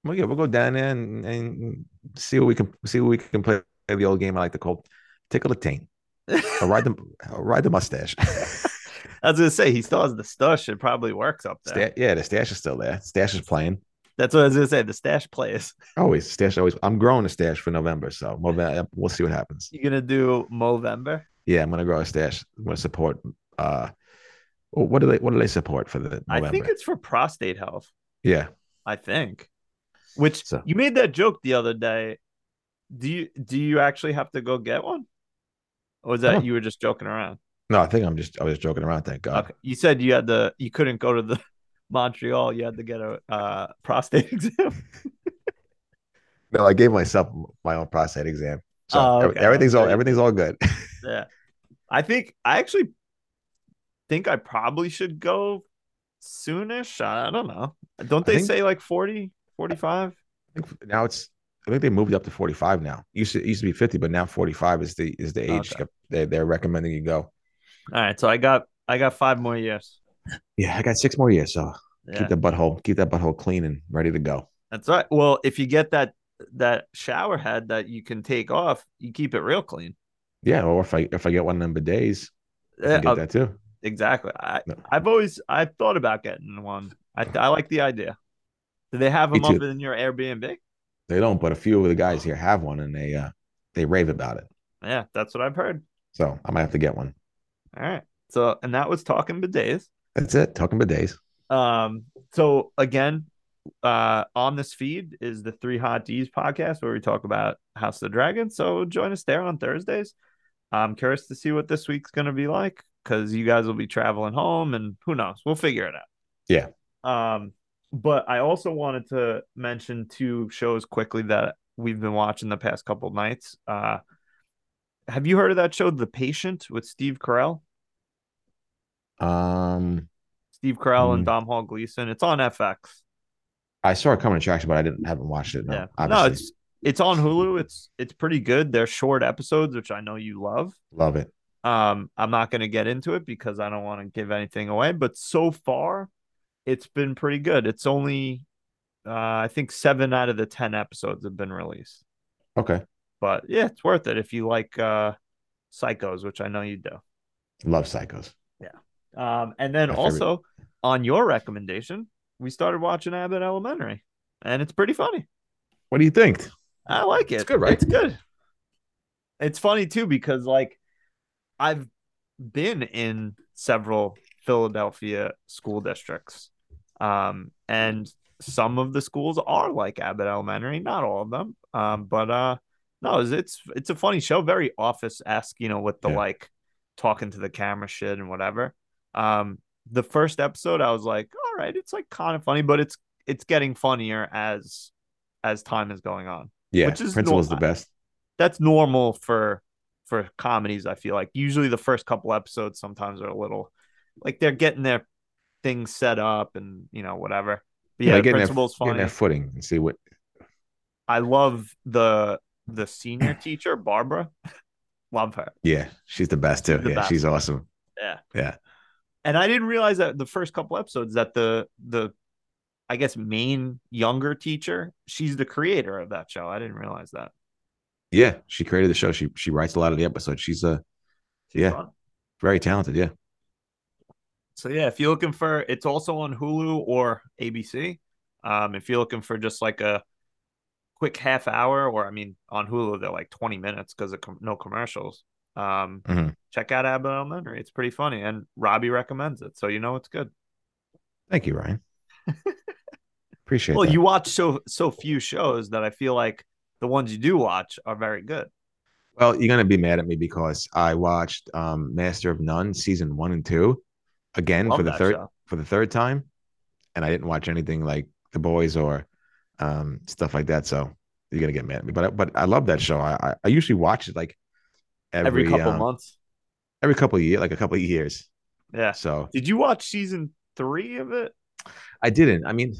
S3: Well, yeah, we'll go down there and, and see what we can see what we can play the old game I like to call tickle the taint. I'll ride the I'll ride the mustache.
S4: I was gonna say he still has the stash. It probably works up there.
S3: Sta- yeah, the stash is still there. Stash is playing.
S4: That's what I was gonna say. The stash plays.
S3: Always stash. Always. I'm growing a stash for November, so November, we'll see what happens.
S4: You gonna do Movember?
S3: Yeah, I'm gonna grow a stash. I'm gonna support. Uh, well, what do they what do they support for the November?
S4: I think it's for prostate health.
S3: yeah.
S4: I think. Which
S3: So-
S4: you made that joke the other day. Do you do you actually have to go get one? Or was
S3: I
S4: that
S3: don't-
S4: you were just joking around?
S3: No, I think I'm just I was joking around. Thank God.
S4: Okay. You said you had the you couldn't go to the Montreal. You had to get a uh, prostate exam.
S3: No, I gave myself my own prostate exam. So
S4: Oh, okay.
S3: everything's all
S4: Okay.
S3: everything's all good.
S4: yeah. I think I actually think I probably should go soonish. I don't know. Don't
S3: I
S4: they
S3: think-
S4: say like 40, 45?
S3: I think now it's I think they moved up to 45 now. Used to it used to be 50, but now 45 is the is the age
S4: Okay.
S3: they they're recommending you go.
S4: All right. So I got I got five more years.
S3: Yeah, I got six more years, so
S4: Yeah.
S3: Keep that butthole, keep that butthole clean and ready to go.
S4: That's right. Well, if you get that that shower head that you can take off, you keep it real clean.
S3: Yeah, or if I if I get one of them bidets, I
S4: Yeah,
S3: can get
S4: uh,
S3: that too.
S4: exactly. I,
S3: No.
S4: I've always I've thought about getting one. I I like the idea. Do they have
S3: Me
S4: them up
S3: too.
S4: in your Airbnb?
S3: They don't, but a few of the guys here have one and they uh they rave about it.
S4: Yeah, that's what I've heard.
S3: So I might have to get one.
S4: All right. So and that was talking bidets.
S3: That's it. Talking bidets.
S4: Um, so again, uh, on this feed is the Three Hot D's podcast where we talk about House of the Dragon. So join us there on Thudays. I'm curious to see what this week's going to be like because you guys will be traveling home and who knows? We'll figure it out.
S3: Yeah.
S4: Um, but I also wanted to mention two shows quickly that we've been watching the past couple nights. Uh, have you heard of that show, The Patient, with Steve Carell?
S3: Um
S4: Steve Carell and
S3: Mm.
S4: Dom Hall Gleason. It's on FX.
S3: I saw it coming attraction, but I didn't haven't watched it. No,
S4: yeah.
S3: obviously.
S4: No, it's it's on Hulu. It's it's pretty good. They're short episodes, which I know you love.
S3: Love it.
S4: Um, I'm not gonna get into it because I don't want to give anything away, but so far it's been pretty good. It's only uh I think seven out of the ten episodes have been released.
S3: Okay.
S4: But yeah, it's worth it if you like uh psychos, which I know you do.
S3: Love psychos.
S4: Um and then
S3: My favorite.
S4: also on your recommendation, we started watching Abbott Elementary and it's pretty funny.
S3: What do you think?
S4: I like it.
S3: It's good, right?
S4: It's good. It's funny too because like I've been in several Philadelphia school districts. Um and some of the schools are like Abbott Elementary, not all of them. Um but uh no, it's it's, it's a funny show, very office-esque, you know, with the
S3: Yeah.
S4: like talking to the camera shit and whatever. Um the first episode I was like, all right, it's like kind of funny, but it's it's getting funnier as as time is going on
S3: Yeah.
S4: Which is
S3: Principal's the
S4: nor-
S3: best.
S4: that's normal for for comedies i feel like usually the first couple episodes sometimes are a little like they're getting their things set up and you know whatever but yeah,
S3: they're
S4: the
S3: getting their-
S4: principal's
S3: getting
S4: funny
S3: their footing and see what
S4: i love the the senior teacher barbara love her
S3: yeah, she's the best too.
S4: She's the
S3: yeah,
S4: best.
S3: she's awesome.
S4: and i didn't realize that the first couple episodes that the the i guess main younger teacher she's the creator of that show i didn't realize that
S3: Yeah, she created the show. She she writes a lot of the episodes. She's uh
S4: She's
S3: Yeah.
S4: fun.
S3: very talented. Yeah.
S4: So yeah, if you're looking for, it's also on Hulu or ABC. Um, if you're looking for just like a quick half hour, or I mean, on Hulu they're like 20 minutes because of com- no commercials. Um,
S3: Mhm.
S4: check out Abbott Elementary; it's pretty funny, and Robbie recommends it, so you know it's good.
S3: Thank you, Ryan. Appreciate
S4: Well,
S3: that.
S4: you watch so so few shows that I feel like the ones you do watch are very good.
S3: Well, you're gonna be mad at me because I watched um Master of None season one and two again
S4: Love
S3: for the
S4: that
S3: third
S4: show.
S3: for the third time, and I didn't watch anything like The Boys or um stuff like that. So you're gonna get mad at me, but I, but I love that show. I I, I usually watch it like
S4: every,
S3: every,
S4: couple
S3: um,
S4: months.
S3: every couple of years, like a couple of years.
S4: Yeah.
S3: So
S4: Did you watch season three of it?
S3: I didn't. I mean,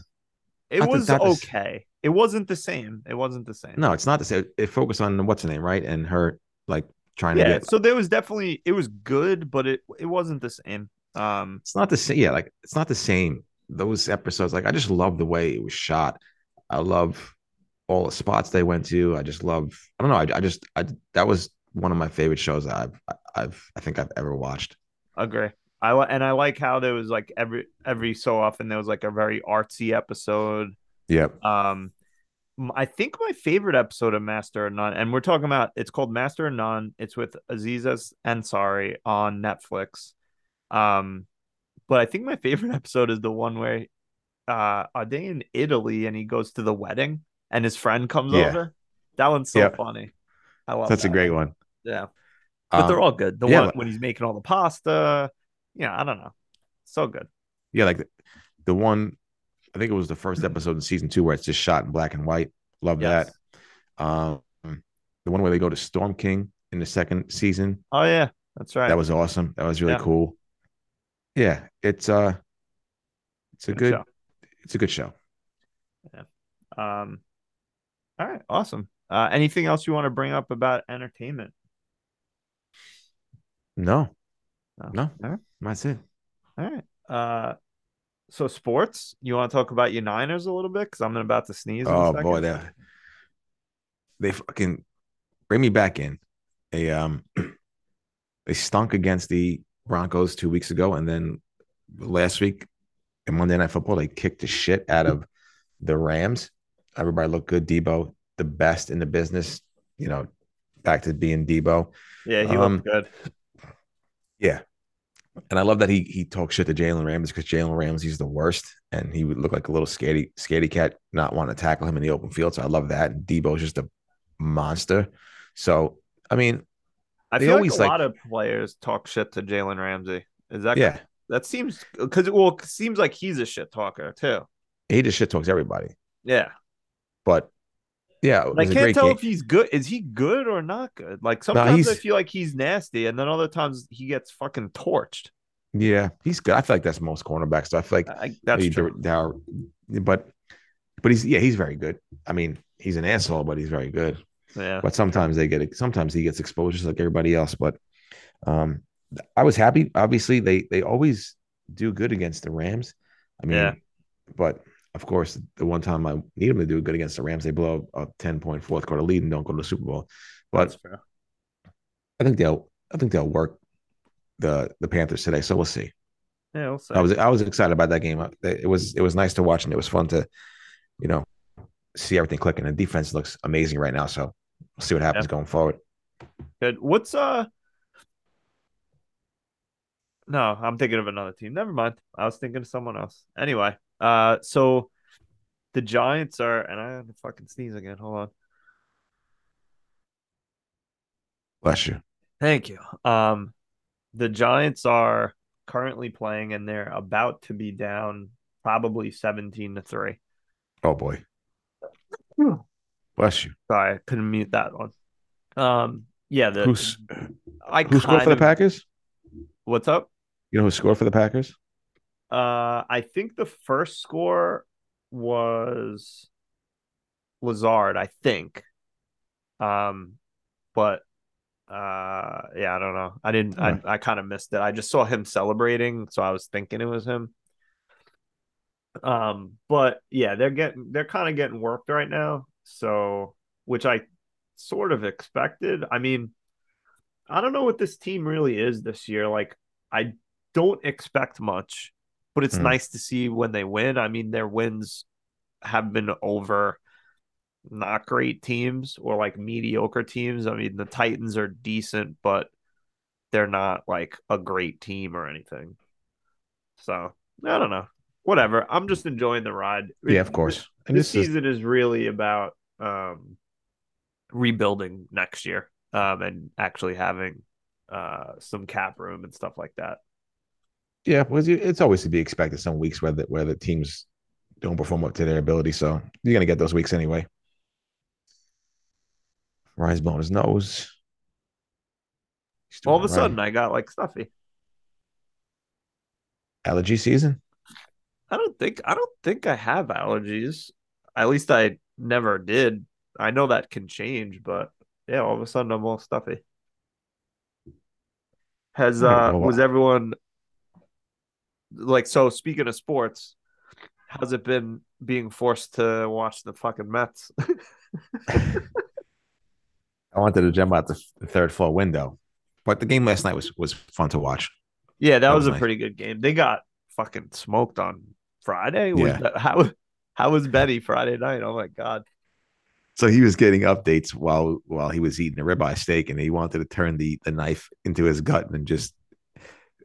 S4: It
S3: Not the-
S4: was
S3: not the s-
S4: okay. It wasn't the same. It wasn't the same.
S3: no, it's not the same. It focused on what's her name, right? And her like trying
S4: yeah
S3: to get.
S4: so there was definitely it was good but it it wasn't the same um
S3: it's not the same. Yeah, like it's not the same. Those episodes, like I just love the way it was shot. I love all the spots they went to. I just love. I don't know. I, I just I that was one of my favorite shows that I've I've I think I've ever watched.
S4: agree i li- and i like how there was like every every so often there was like a very artsy episode
S3: Yep.
S4: um m- i think my favorite episode of master and none and we're talking about it's called master and none it's with aziza ansari on netflix um but i think my favorite episode is the one where uh are they in italy and he goes to the wedding and his friend comes
S3: Yeah.
S4: over that one's so
S3: Yep.
S4: funny i love
S3: That's a
S4: that
S3: great one.
S4: one. yeah but they're
S3: Um,
S4: all good. The
S3: yeah,
S4: one
S3: but-
S4: when he's making all the pasta, yeah, I don't know, so good.
S3: yeah, like the, the one. I think it was the first episode in season two where it's just shot in black and white. Love
S4: Yes.
S3: that. Um, the one where they go to Storm King in the second season.
S4: Oh yeah, that's right.
S3: That was awesome. That was really
S4: Yeah.
S3: cool. Yeah, it's uh it's a
S4: Good
S3: good,
S4: show.
S3: it's a good show.
S4: um, all right, awesome. Uh, anything else you want to bring up about entertainment?
S3: No.
S4: No.
S3: No.
S4: Oh, All right.
S3: That's it.
S4: All right. Uh, so sports. You want to talk about your Niners a little bit because I'm about to sneeze. in a
S3: Oh
S4: second.
S3: boy, they they fucking bring me back in. They um they stunk against the Broncos two weeks ago, and then last week in Monday Night Football they kicked the shit out of the Rams. Everybody looked good. Debo, the best in the business. You know, back to being Debo.
S4: yeah, he
S3: um,
S4: looked good.
S3: And I love that he he talks shit to Jalen Ramsey because Jalen Ramsey's the worst, and he would look like a little scaredy scaredy cat, not want to tackle him in the open field. So I love that. And Debo's just a monster. So I mean,
S4: I
S3: they
S4: feel like a
S3: always, like-
S4: lot of players talk shit to Jalen Ramsey. Is that
S3: yeah,
S4: That seems because well, it seems like he's a shit talker too.
S3: he just shit talks everybody.
S4: Yeah,
S3: But yeah, it
S4: I
S3: was a
S4: can't
S3: great
S4: tell
S3: game.
S4: if he's good. Is he good or not good? Like sometimes I
S3: he's-
S4: feel like he's nasty, and then other times he gets fucking torched.
S3: yeah, he's good. I feel like that's most cornerbacks. So I feel like
S4: I, that's
S3: he-
S4: true.
S3: they're- they're- but but he's yeah, he's very good. I mean, he's an asshole, but he's very good.
S4: Yeah,
S3: but sometimes they get sometimes he gets exposed just like everybody else but um i was happy obviously they they always do good against the rams i mean
S4: Yeah.
S3: but of course the one time i need them to do good against the rams they blow a 10 point fourth quarter lead and don't go to the super bowl but
S4: that's true.
S3: i think they'll i think they'll work the the panthers today so we'll see
S4: Yeah, we'll see.
S3: i was i was excited about that game it was it was nice to watch and it was fun to you know see everything clicking the defense looks amazing right now so we'll see what happens going forward
S4: good. What's uh? No, I'm thinking of another team. Never mind. I was thinking of someone else. Anyway, uh, so the Giants are, and I had to fucking sneeze again. Hold on.
S3: bless you
S4: Thank you. Um, the Giants are currently playing, and they're about to be down probably seventeen to three.
S3: Oh boy. Bless you.
S4: Sorry, I couldn't mute that one. Um, yeah, the
S3: Who's
S4: I
S3: who scored
S4: kind
S3: for the
S4: of-
S3: Packers?
S4: What's up?
S3: You know who scored for the Packers?
S4: Uh, I think the first score was Lazard, I think. Um, but uh, yeah, I don't know. I didn't. I, I kind of missed it. I just saw him celebrating, so I was thinking it was him. Um, but yeah, they're getting they're kind of getting worked right now. So, which I sort of expected. I mean, I don't know what this team really is this year. Like, I don't expect much, but it's
S3: Hmm.
S4: nice to see when they win. I mean, their wins have been over not great teams or like mediocre teams. I mean, the Titans are decent, but they're not like a great team or anything. So, I don't know. Whatever. I'm just enjoying the ride.
S3: Yeah, of course. And
S4: this
S3: this is
S4: season is really about um, rebuilding next year um, and actually having uh, some cap room and stuff like that.
S3: yeah, because you- it's always to be expected some weeks where the where the teams don't perform up to their ability. So you're gonna get those weeks anyway. Ryan's blowing his nose. He's doing
S4: All of a
S3: right.
S4: sudden, I got like stuffy.
S3: allergy season.
S4: I don't think I don't think I have allergies. At least I never did. I know that can change, but yeah, all of a sudden I'm all stuffy. Has
S3: All right,
S4: uh
S3: well,
S4: was
S3: I-
S4: everyone like so speaking of sports, how's it been being forced to watch the fucking Mets?
S3: I wanted to jump out the, the third floor window, but the game last night was was fun to watch.
S4: yeah, that,
S3: That
S4: was,
S3: was
S4: a
S3: nice.
S4: pretty good game. They got fucking smoked on Friday. Was
S3: Yeah.
S4: that- how how was Betty Friday night? Oh my god.
S3: So he was getting updates while while he was eating a ribeye steak, and he wanted to turn the the knife into his gut and just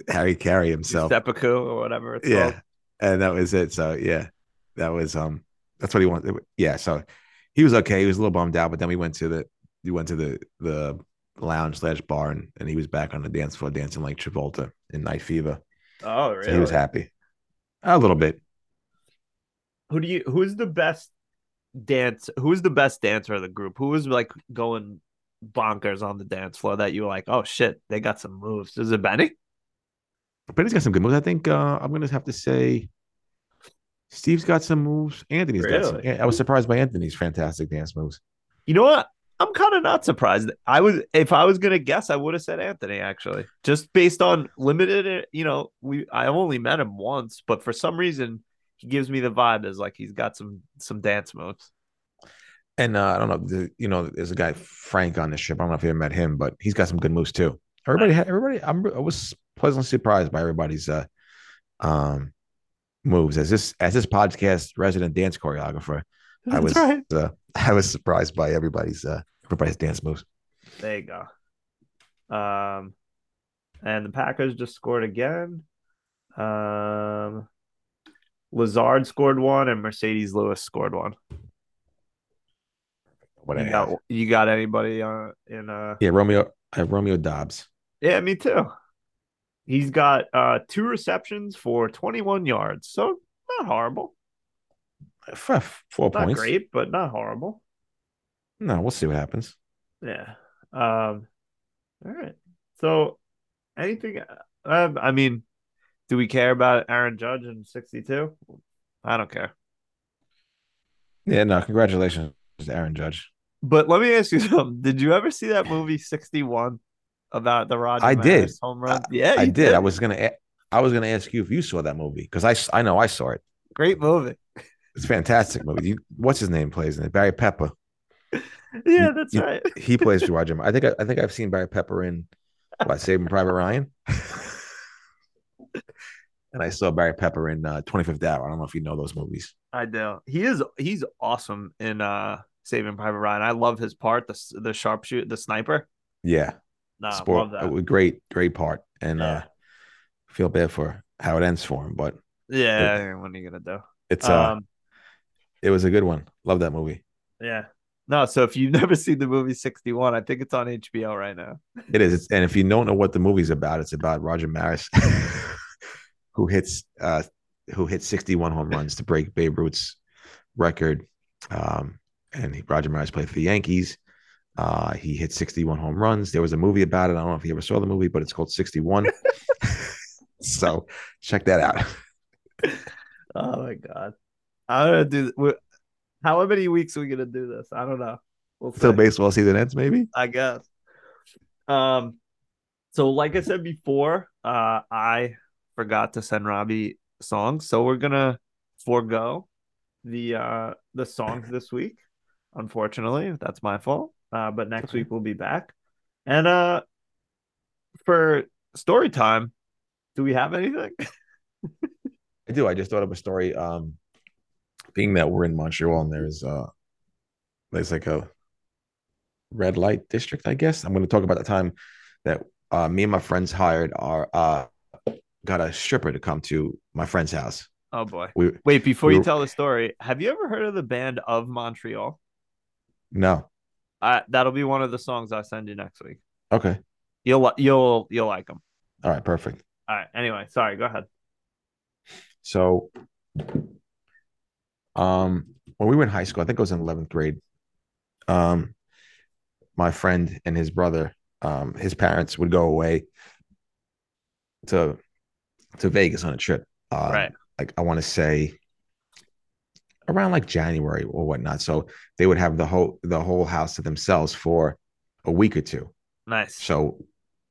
S3: Harry carry himself.
S4: Seppuku or whatever it's called.
S3: yeah, and that was it. So yeah, that was um that's what he wanted. Yeah, so he was okay. He was a little bummed out, but then we went to the we went to the the lounge slash bar, and, and he was back on the dance floor dancing like Travolta in Night Fever.
S4: Oh really?
S3: So he was happy a little bit.
S4: Who do you who's the best dance who's the best dancer of the group? Who was like going bonkers on the dance floor that you were like, oh shit, they got some moves. Is it Benny?
S3: But he's got some good moves. I think uh, I'm gonna have to say Steve's got some moves. Anthony's got some.
S4: Really?
S3: I was surprised by Anthony's fantastic dance moves.
S4: You know what? I'm kind of not surprised. I was, if I was gonna guess, I would have said Anthony actually, just based on limited. eh, You know, we I only met him once, but for some reason, he gives me the vibe as like he's got some some dance moves.
S3: And uh, I don't know, the, you know, there's a guy Frank on this ship. I don't know if you ever met him, but he's got some good moves too. Everybody, had everybody, I'm, I was pleasantly surprised by everybody's uh, um, moves as this as this podcast resident dance choreographer. I
S4: That's
S3: was
S4: right.
S3: uh, I was surprised by everybody's uh, everybody's dance moves.
S4: There you go. Um, and the Packers just scored again. Um, Lazard scored one, and Mercedes Lewis scored one.
S3: What I
S4: You
S3: had.
S4: got, you got anybody uh, in? Uh,
S3: Yeah, Romeo. I have Romeo Dobbs.
S4: yeah, me too. He's got uh two receptions for 21 yards, so not horrible.
S3: Four, four
S4: Not
S3: points.
S4: great, but not horrible.
S3: No, we'll see what happens.
S4: Yeah. Um. All right. So, anything? Um, I mean, do we care about Aaron Judge in sixty-two? I don't care.
S3: Yeah, no, congratulations to Aaron Judge.
S4: But let me ask you something. Did you ever see that movie sixty-one about the Roger?
S3: I did.
S4: Maris home run. yeah,
S3: I
S4: you
S3: did. I was gonna. a- I was gonna ask you if you saw that movie because I s- I know I saw it.
S4: great movie.
S3: It's a fantastic movie. You, what's his name plays in it? Barry Pepper.
S4: Yeah, that's
S3: you-
S4: right.
S3: He plays Roger. Moore. I think I, I think I've seen Barry Pepper in what Saving Private Ryan. and I saw Barry Pepper in uh, 25th Hour. I don't know if you know those movies.
S4: I do. He is. He's awesome in uh Saving Private Ryan. I love his part. The s- the sharpshoot, the sniper.
S3: Yeah,
S4: Nah,
S3: sport.
S4: Uh, love that.
S3: it was great, great part, and
S4: Yeah.
S3: uh, feel bad for how it ends for him, but
S4: yeah. What are you gonna do?
S3: it's uh,
S4: Um,
S3: it was a good one. Love that movie.
S4: Yeah. No, so if you've never seen the movie 61, I think it's on HBO right now.
S3: It is. It's, and if you don't know what the movie's about, it's about Roger Maris, who hits uh, who hit 61 home runs to break Babe Ruth's record. Um, and he, Roger Maris played for the Yankees. Uh, he hit 61 home runs. There was a movie about it. I don't know if you ever saw the movie, but it's called 61. so check that out.
S4: Oh my god. I don't do we how many weeks are we gonna do this? I don't know. We'll
S3: Till
S4: see.
S3: baseball season ends, maybe.
S4: I guess. Um so like I said before, uh I forgot to send Robbie songs, so we're gonna forego the uh the songs this week. Unfortunately, that's my fault. Uh but next week we'll be back. And uh for story time, do we have anything?
S3: I do. I just thought of a story. Um, being that we're in Montreal and there's uh, there's like a red light district. I guess I'm going to talk about the time that uh, me and my friends hired our uh, got a stripper to come to my friend's house.
S4: Oh boy.
S3: We
S4: Wait, before
S3: We
S4: you
S3: were-
S4: tell the story, have you ever heard of the band of Montreal?
S3: no
S4: Uh, that'll be one of the songs I send you next week.
S3: okay.
S4: You'll li- you'll you'll like them.
S3: All right, perfect.
S4: All right. Anyway, sorry. Go ahead.
S3: So, um, when we were in high school, I think I was in eleventh grade. Um, my friend and his brother, um, his parents would go away to to Vegas on a trip. Uh,
S4: Right.
S3: Like I want to say around like January or whatnot. So they would have the whole the whole house to themselves for a week or two.
S4: Nice.
S3: So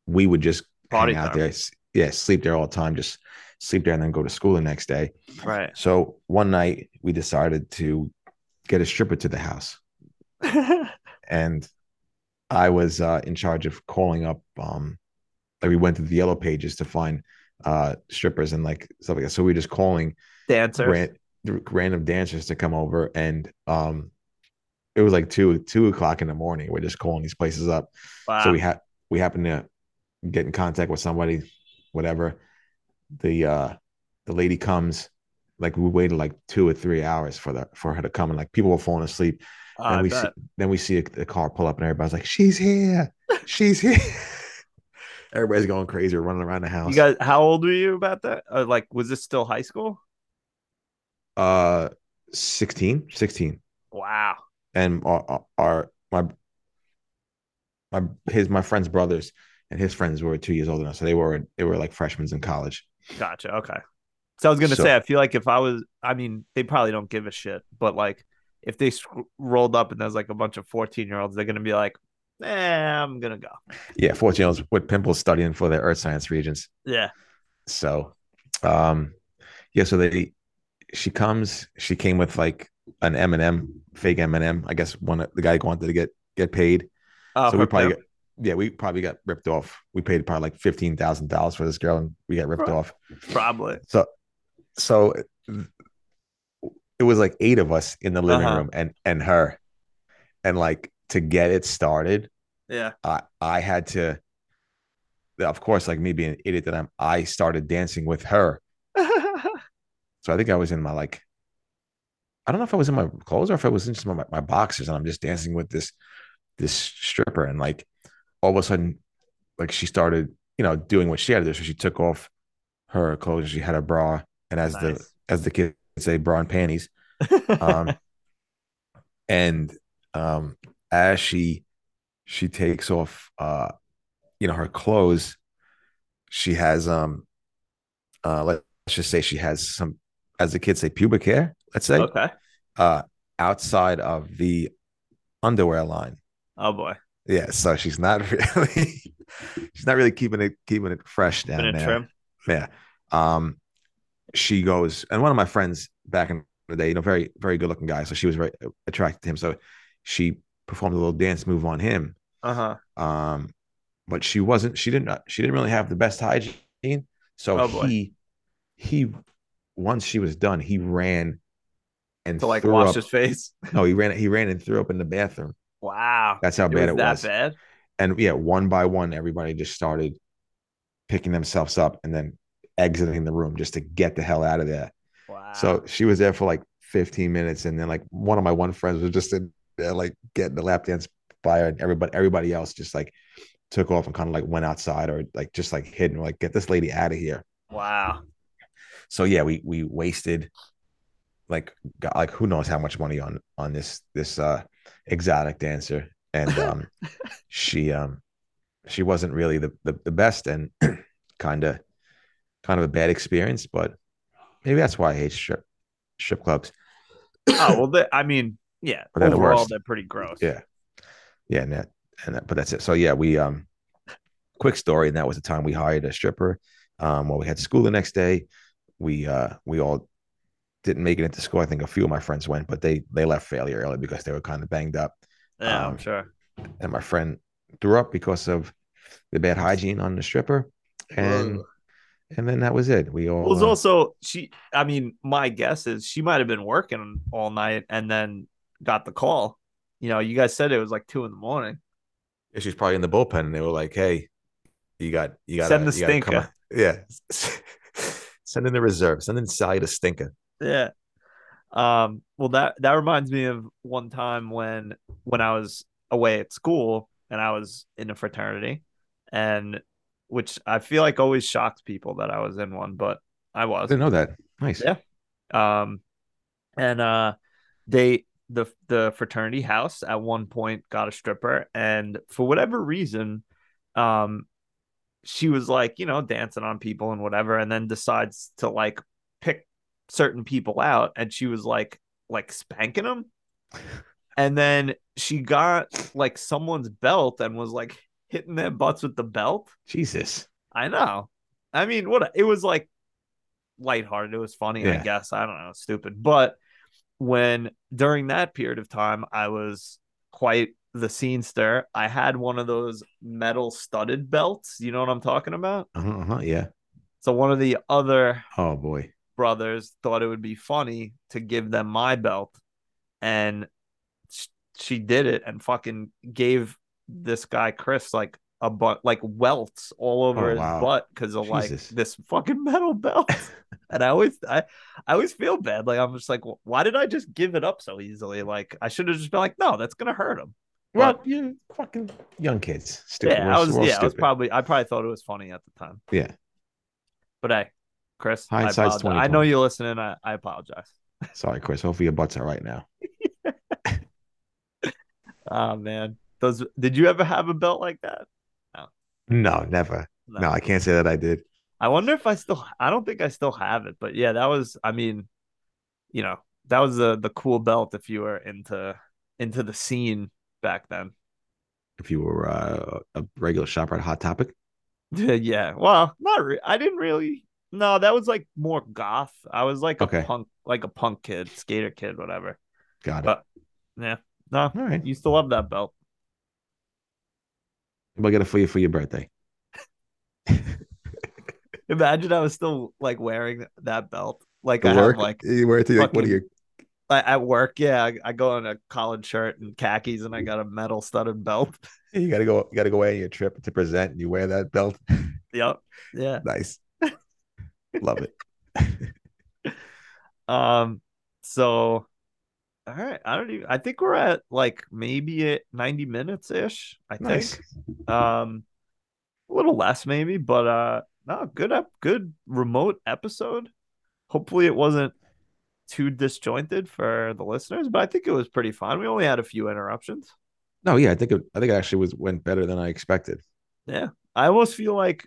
S3: we would just
S4: Party
S3: hang out
S4: time.
S3: there. s- Yeah, sleep there all the time. Just sleep there and then go to school the next day.
S4: right.
S3: So one night we decided to get a stripper to the house, and I was uh, in charge of calling up. Um, like we went through the yellow pages to find uh, strippers and like stuff like that. So we were just calling
S4: Dancer.
S3: ran- random dancers to come over, and um, it was like two two o'clock in the morning. We're just calling these places up.
S4: Wow.
S3: So we had we happened to get in contact with somebody, whatever. The uh the lady comes, like we waited like two or three hours for the for her to come, and like people were falling asleep.
S4: Oh,
S3: and
S4: I
S3: we see
S4: bet.
S3: then we see a, a car pull up, and everybody's like, "She's here, she's here." everybody's going crazy, running around the house.
S4: You guys, how old were you about that? Uh, like, was this still high school?
S3: uh, 16, 16.
S4: Wow.
S3: and our, our- our my my his my friend's brothers and his friends were two years older than us, so they were they were like freshmen in college.
S4: Gotcha. Okay. So I was gonna
S3: So-
S4: say, I feel like if I was, I mean, they probably don't give a shit, but like, if they sc- rolled up and there's like a bunch of 14 year olds, they're gonna be like, "Nah, I'm gonna go."
S3: Yeah, 14 year olds with pimples studying for their earth science regions.
S4: Yeah,
S3: So, um, yeah, so they, she comes, she came with like an M&M, fake M&M. I guess one, of- the guy wanted to get, get paid.
S4: uh,
S3: so we
S4: hooked
S3: probably,
S4: up.
S3: got, yeah, we probably got ripped off. We paid probably like $15,000 for this girl and we got ripped
S4: Right.
S3: off.
S4: probably
S3: So, so it- it was like eight of us in the living
S4: Uh-huh.
S3: room and, and her and like to get it started.
S4: yeah.
S3: I I had to of course like me being an idiot that I'm I started dancing with her. So I think I was in my like I don't know if I was in my clothes or if I was in just my, my boxers and I'm just dancing with this this stripper and like all of a sudden like she started, you know, doing what she had to do. So she took off her clothes and she had a bra and as the
S4: Nice.
S3: as the kids say bra and panties. Um and um as she she takes off uh you know her clothes she has um uh let's just say she has some as the kids say pubic hair let's say
S4: okay.
S3: uh outside of the underwear line
S4: Oh boy,
S3: yeah so she's not really she's not really keeping it keeping it fresh down
S4: been in
S3: there
S4: trim.
S3: yeah. Um, she goes, and one of my friends back in the day, you know, very, very good looking guy. So she was very attracted to him. So she performed a little dance move on him.
S4: Uh huh.
S3: Um, but she wasn't, she didn't, uh, she didn't really have the best hygiene. So
S4: Oh, boy.
S3: he, he, once she was done, he ran and
S4: To like
S3: threw
S4: wash
S3: up-
S4: his face.
S3: No, he ran, he ran and threw up in the bathroom.
S4: Wow.
S3: That's how
S4: It
S3: bad
S4: was
S3: it
S4: that
S3: was.
S4: bad.
S3: And yeah, one by one, everybody just started picking themselves up and then exiting the room just to get the hell out of there.
S4: Wow.
S3: So she was there for like 15 minutes, and then like one of my one friends was just in there, like getting the lap dance by her, and everybody everybody else just like took off and kind of like went outside or like just like hidden, like get this lady out of here.
S4: wow.
S3: So yeah, we we wasted like got, like who knows how much money on on this this uh exotic dancer, and um she um she wasn't really the the, the best, and kind of kind of a bad experience, but maybe that's why I hate strip strip clubs.
S4: Oh well, they, I mean, yeah.
S3: But they're the
S4: overall,
S3: worst.
S4: they're pretty gross.
S3: Yeah. Yeah, and that, and that, but that's it. So yeah, we um, quick story, and that was the time we hired a stripper. Um, well, we had school the next day. We uh, we all didn't make it into school. I think a few of my friends went, but they they left fairly early because they were kind of banged up.
S4: Yeah,
S3: Um,
S4: I'm sure.
S3: And my friend threw up because of the bad hygiene on the stripper, and
S7: Whoa.
S3: and then that was it. We all
S4: Well, it's
S3: uh,
S4: also she. I mean, my guess is she might have been working all night and then got the call. You know, you guys said it was like two in the morning.
S3: Yeah, she's probably in the bullpen, and they were like, "Hey, you got you got
S4: Send the stinker.
S3: Yeah, send in the reserve. Send in Sally the stinker.
S4: Yeah. Um, well that that reminds me of one time when when I was away at school and I was in a fraternity and which I feel like always shocks people that I was in one, but I
S3: I
S4: was.
S3: didn't know that. Nice.
S4: Yeah. Um and uh they the the fraternity house at one point got a stripper and for whatever reason um she was like, you know, dancing on people and whatever and then decides to like pick certain people out and she was like like spanking them. And then she got like someone's belt and was like hitting their butts with the belt.
S3: Jesus.
S4: I know. I mean, what it was like lighthearted. It was funny, I
S3: Yeah.
S4: guess. I don't know, stupid. But when during that period of time, I was quite the scenester. I had one of those metal studded belts. You know what I'm talking about?
S3: Uh-huh, uh-huh, yeah.
S4: So one of the other
S3: Oh boy.
S4: brothers thought it would be funny to give them my belt and sh- she did it and fucking gave this guy chris like a butt like welts all over
S3: Oh,
S4: his
S3: wow.
S4: butt because of
S3: Jesus.
S4: like this fucking metal belt and i always i i always feel bad like i'm just like "Wh- why did i just give it up so easily like i should have just been like no that's gonna hurt him
S3: Well,
S4: What?
S3: you fucking young kids. Stupid.
S4: yeah
S3: We're-
S4: i was
S3: we're all
S4: yeah i was
S3: stupid.
S4: probably i probably thought it was funny at the time
S3: Yeah.
S4: but hey chris I,
S3: Hindsight's
S4: apologize. I know
S3: 20/20.
S4: you're listening i, I apologize
S3: Sorry, Chris. Hopefully your butt's all right now.
S4: Oh man, those. Did you ever have a belt like that?
S3: No, never.
S4: No.
S3: No, I can't say that I did.
S4: I wonder if I still. I don't think I still have it, but yeah, that was. I mean, you know, that was the the cool belt if you were into into the scene back then.
S3: If you were uh, a regular shopper at Hot Topic,
S4: yeah. Well, not re- I didn't really. No, that was like more goth. I was like
S3: Okay.
S4: a punk, like a punk kid, skater kid, whatever.
S3: got it.
S4: But- Yeah. No,
S3: All right,
S4: used to love that belt.
S3: we'll get it for you for your birthday.
S4: Imagine I was still like wearing that belt. Like
S3: The
S4: I
S3: work,
S4: have like
S3: you wear it to like what are you?
S4: fucking- I, at work. Yeah, I, I go in a collared shirt and khakis, and I got a metal studded belt.
S3: You gotta go. You gotta go away on your trip to present, and you wear that belt.
S4: yep. Yeah.
S3: nice, love it.
S4: Um. So, all right. I don't even. I think we're at like maybe at ninety minutes ish. I
S3: Nice.
S4: think. Um, a little less maybe, but uh, no, good up, good remote episode. Hopefully, it wasn't too disjointed for the listeners, but I think it was pretty fun. We only had a few interruptions.
S3: No, yeah, I think it, I think it actually was went better than I expected.
S4: I almost feel like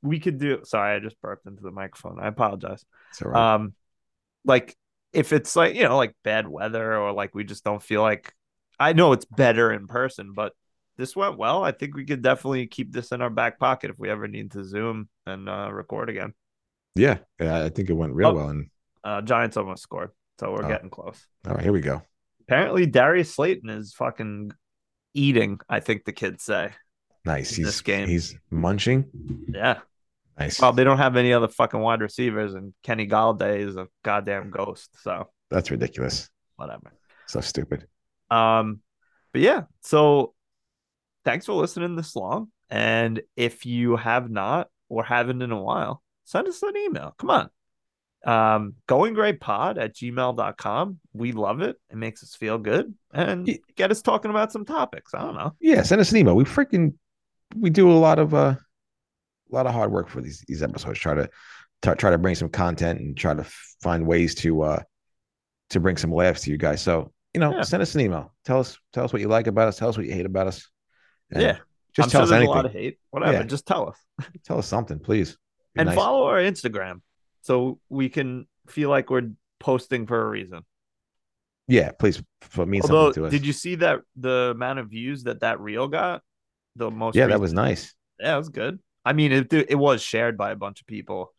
S4: we could do. Sorry, I just burped into the microphone. I apologize.
S3: So uh, right.
S4: um like if it's like you know like bad weather or like we just don't feel like i know it's better in person but this went well i think we could definitely keep this in our back pocket if we ever need to zoom and uh record again
S3: yeah, yeah, I think it went real
S4: Oh.
S3: well. And
S4: uh giants almost scored so we're
S3: Oh.
S4: getting close
S3: all right, here we go.
S4: apparently darius slayton is fucking eating i think the kids say
S3: Nice.
S4: This
S3: He's
S4: game.
S3: he's munching.
S4: yeah
S3: Nice.
S4: well they don't have any other fucking wide receivers and kenny galladay is a goddamn ghost so
S3: That's ridiculous.
S4: whatever
S3: So stupid.
S4: Um, but yeah, so thanks for listening this long. And if you have not or haven't in a while, send us an email. Come on. Um, going great pod at gmail.com. We love it. It makes us feel good and
S3: Ye-
S4: get us talking about some topics. I don't know.
S3: Yeah, send us an email. We freaking we do a lot of uh a lot of hard work for these these episodes. Try to try, try to bring some content and try to f- find ways to uh to bring some laughs to you guys. So you know,
S4: Yeah.
S3: send us an email. Tell us tell us what you like about us. Tell us what you hate about us. And
S4: Yeah.
S3: just tell
S4: I'm sure
S3: us
S4: there's
S3: anything.
S4: a lot of hate. Whatever.
S3: Yeah.
S4: Just tell us.
S3: tell us something, please. Be
S4: and
S3: nice.
S4: follow our Instagram so we can feel like we're posting for a reason.
S3: Yeah, please. For mean
S4: Although,
S3: something to us.
S4: did you see that the amount of views that that reel got? The most
S3: yeah, that
S4: recent-
S3: was nice.
S4: Yeah, it was good. I mean, it it was shared by a bunch of people.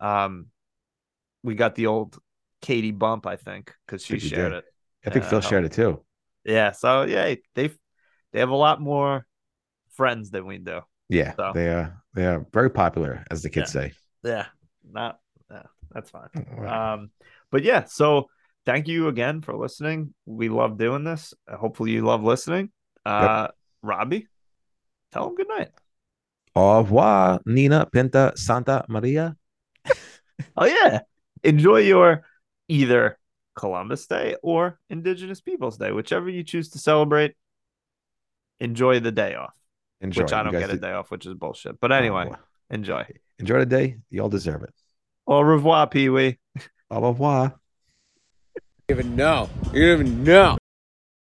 S4: Um, we got the old Katie bump, I think, because she
S3: Think you
S4: shared
S3: did.
S4: it.
S3: I think
S4: Yeah,
S3: Phil
S4: that
S3: shared it too.
S4: Yeah, so yeah, they they have a lot more friends than we do.
S3: Yeah,
S4: So.
S3: they are they are very popular, as the kids say.
S4: Yeah, not yeah, that's fine.
S3: Wow.
S4: Um, but yeah, so thank you again for listening. We love doing this. Hopefully, you love listening. Uh, Robbie, tell them good night.
S3: Au revoir, Nina Pinta Santa Maria.
S4: Oh yeah. Enjoy your either Columbus Day or Indigenous Peoples Day, whichever you choose to celebrate. Enjoy the day off,
S3: Enjoy.
S4: which I
S3: You
S4: don't
S3: guys
S4: get a
S3: did-
S4: day off, which is bullshit. But
S3: Oh,
S4: anyway,
S3: boy.
S4: enjoy.
S3: enjoy the day. You all deserve it.
S4: Au revoir, Pee Wee.
S3: Au revoir.
S8: even know. You don't even know.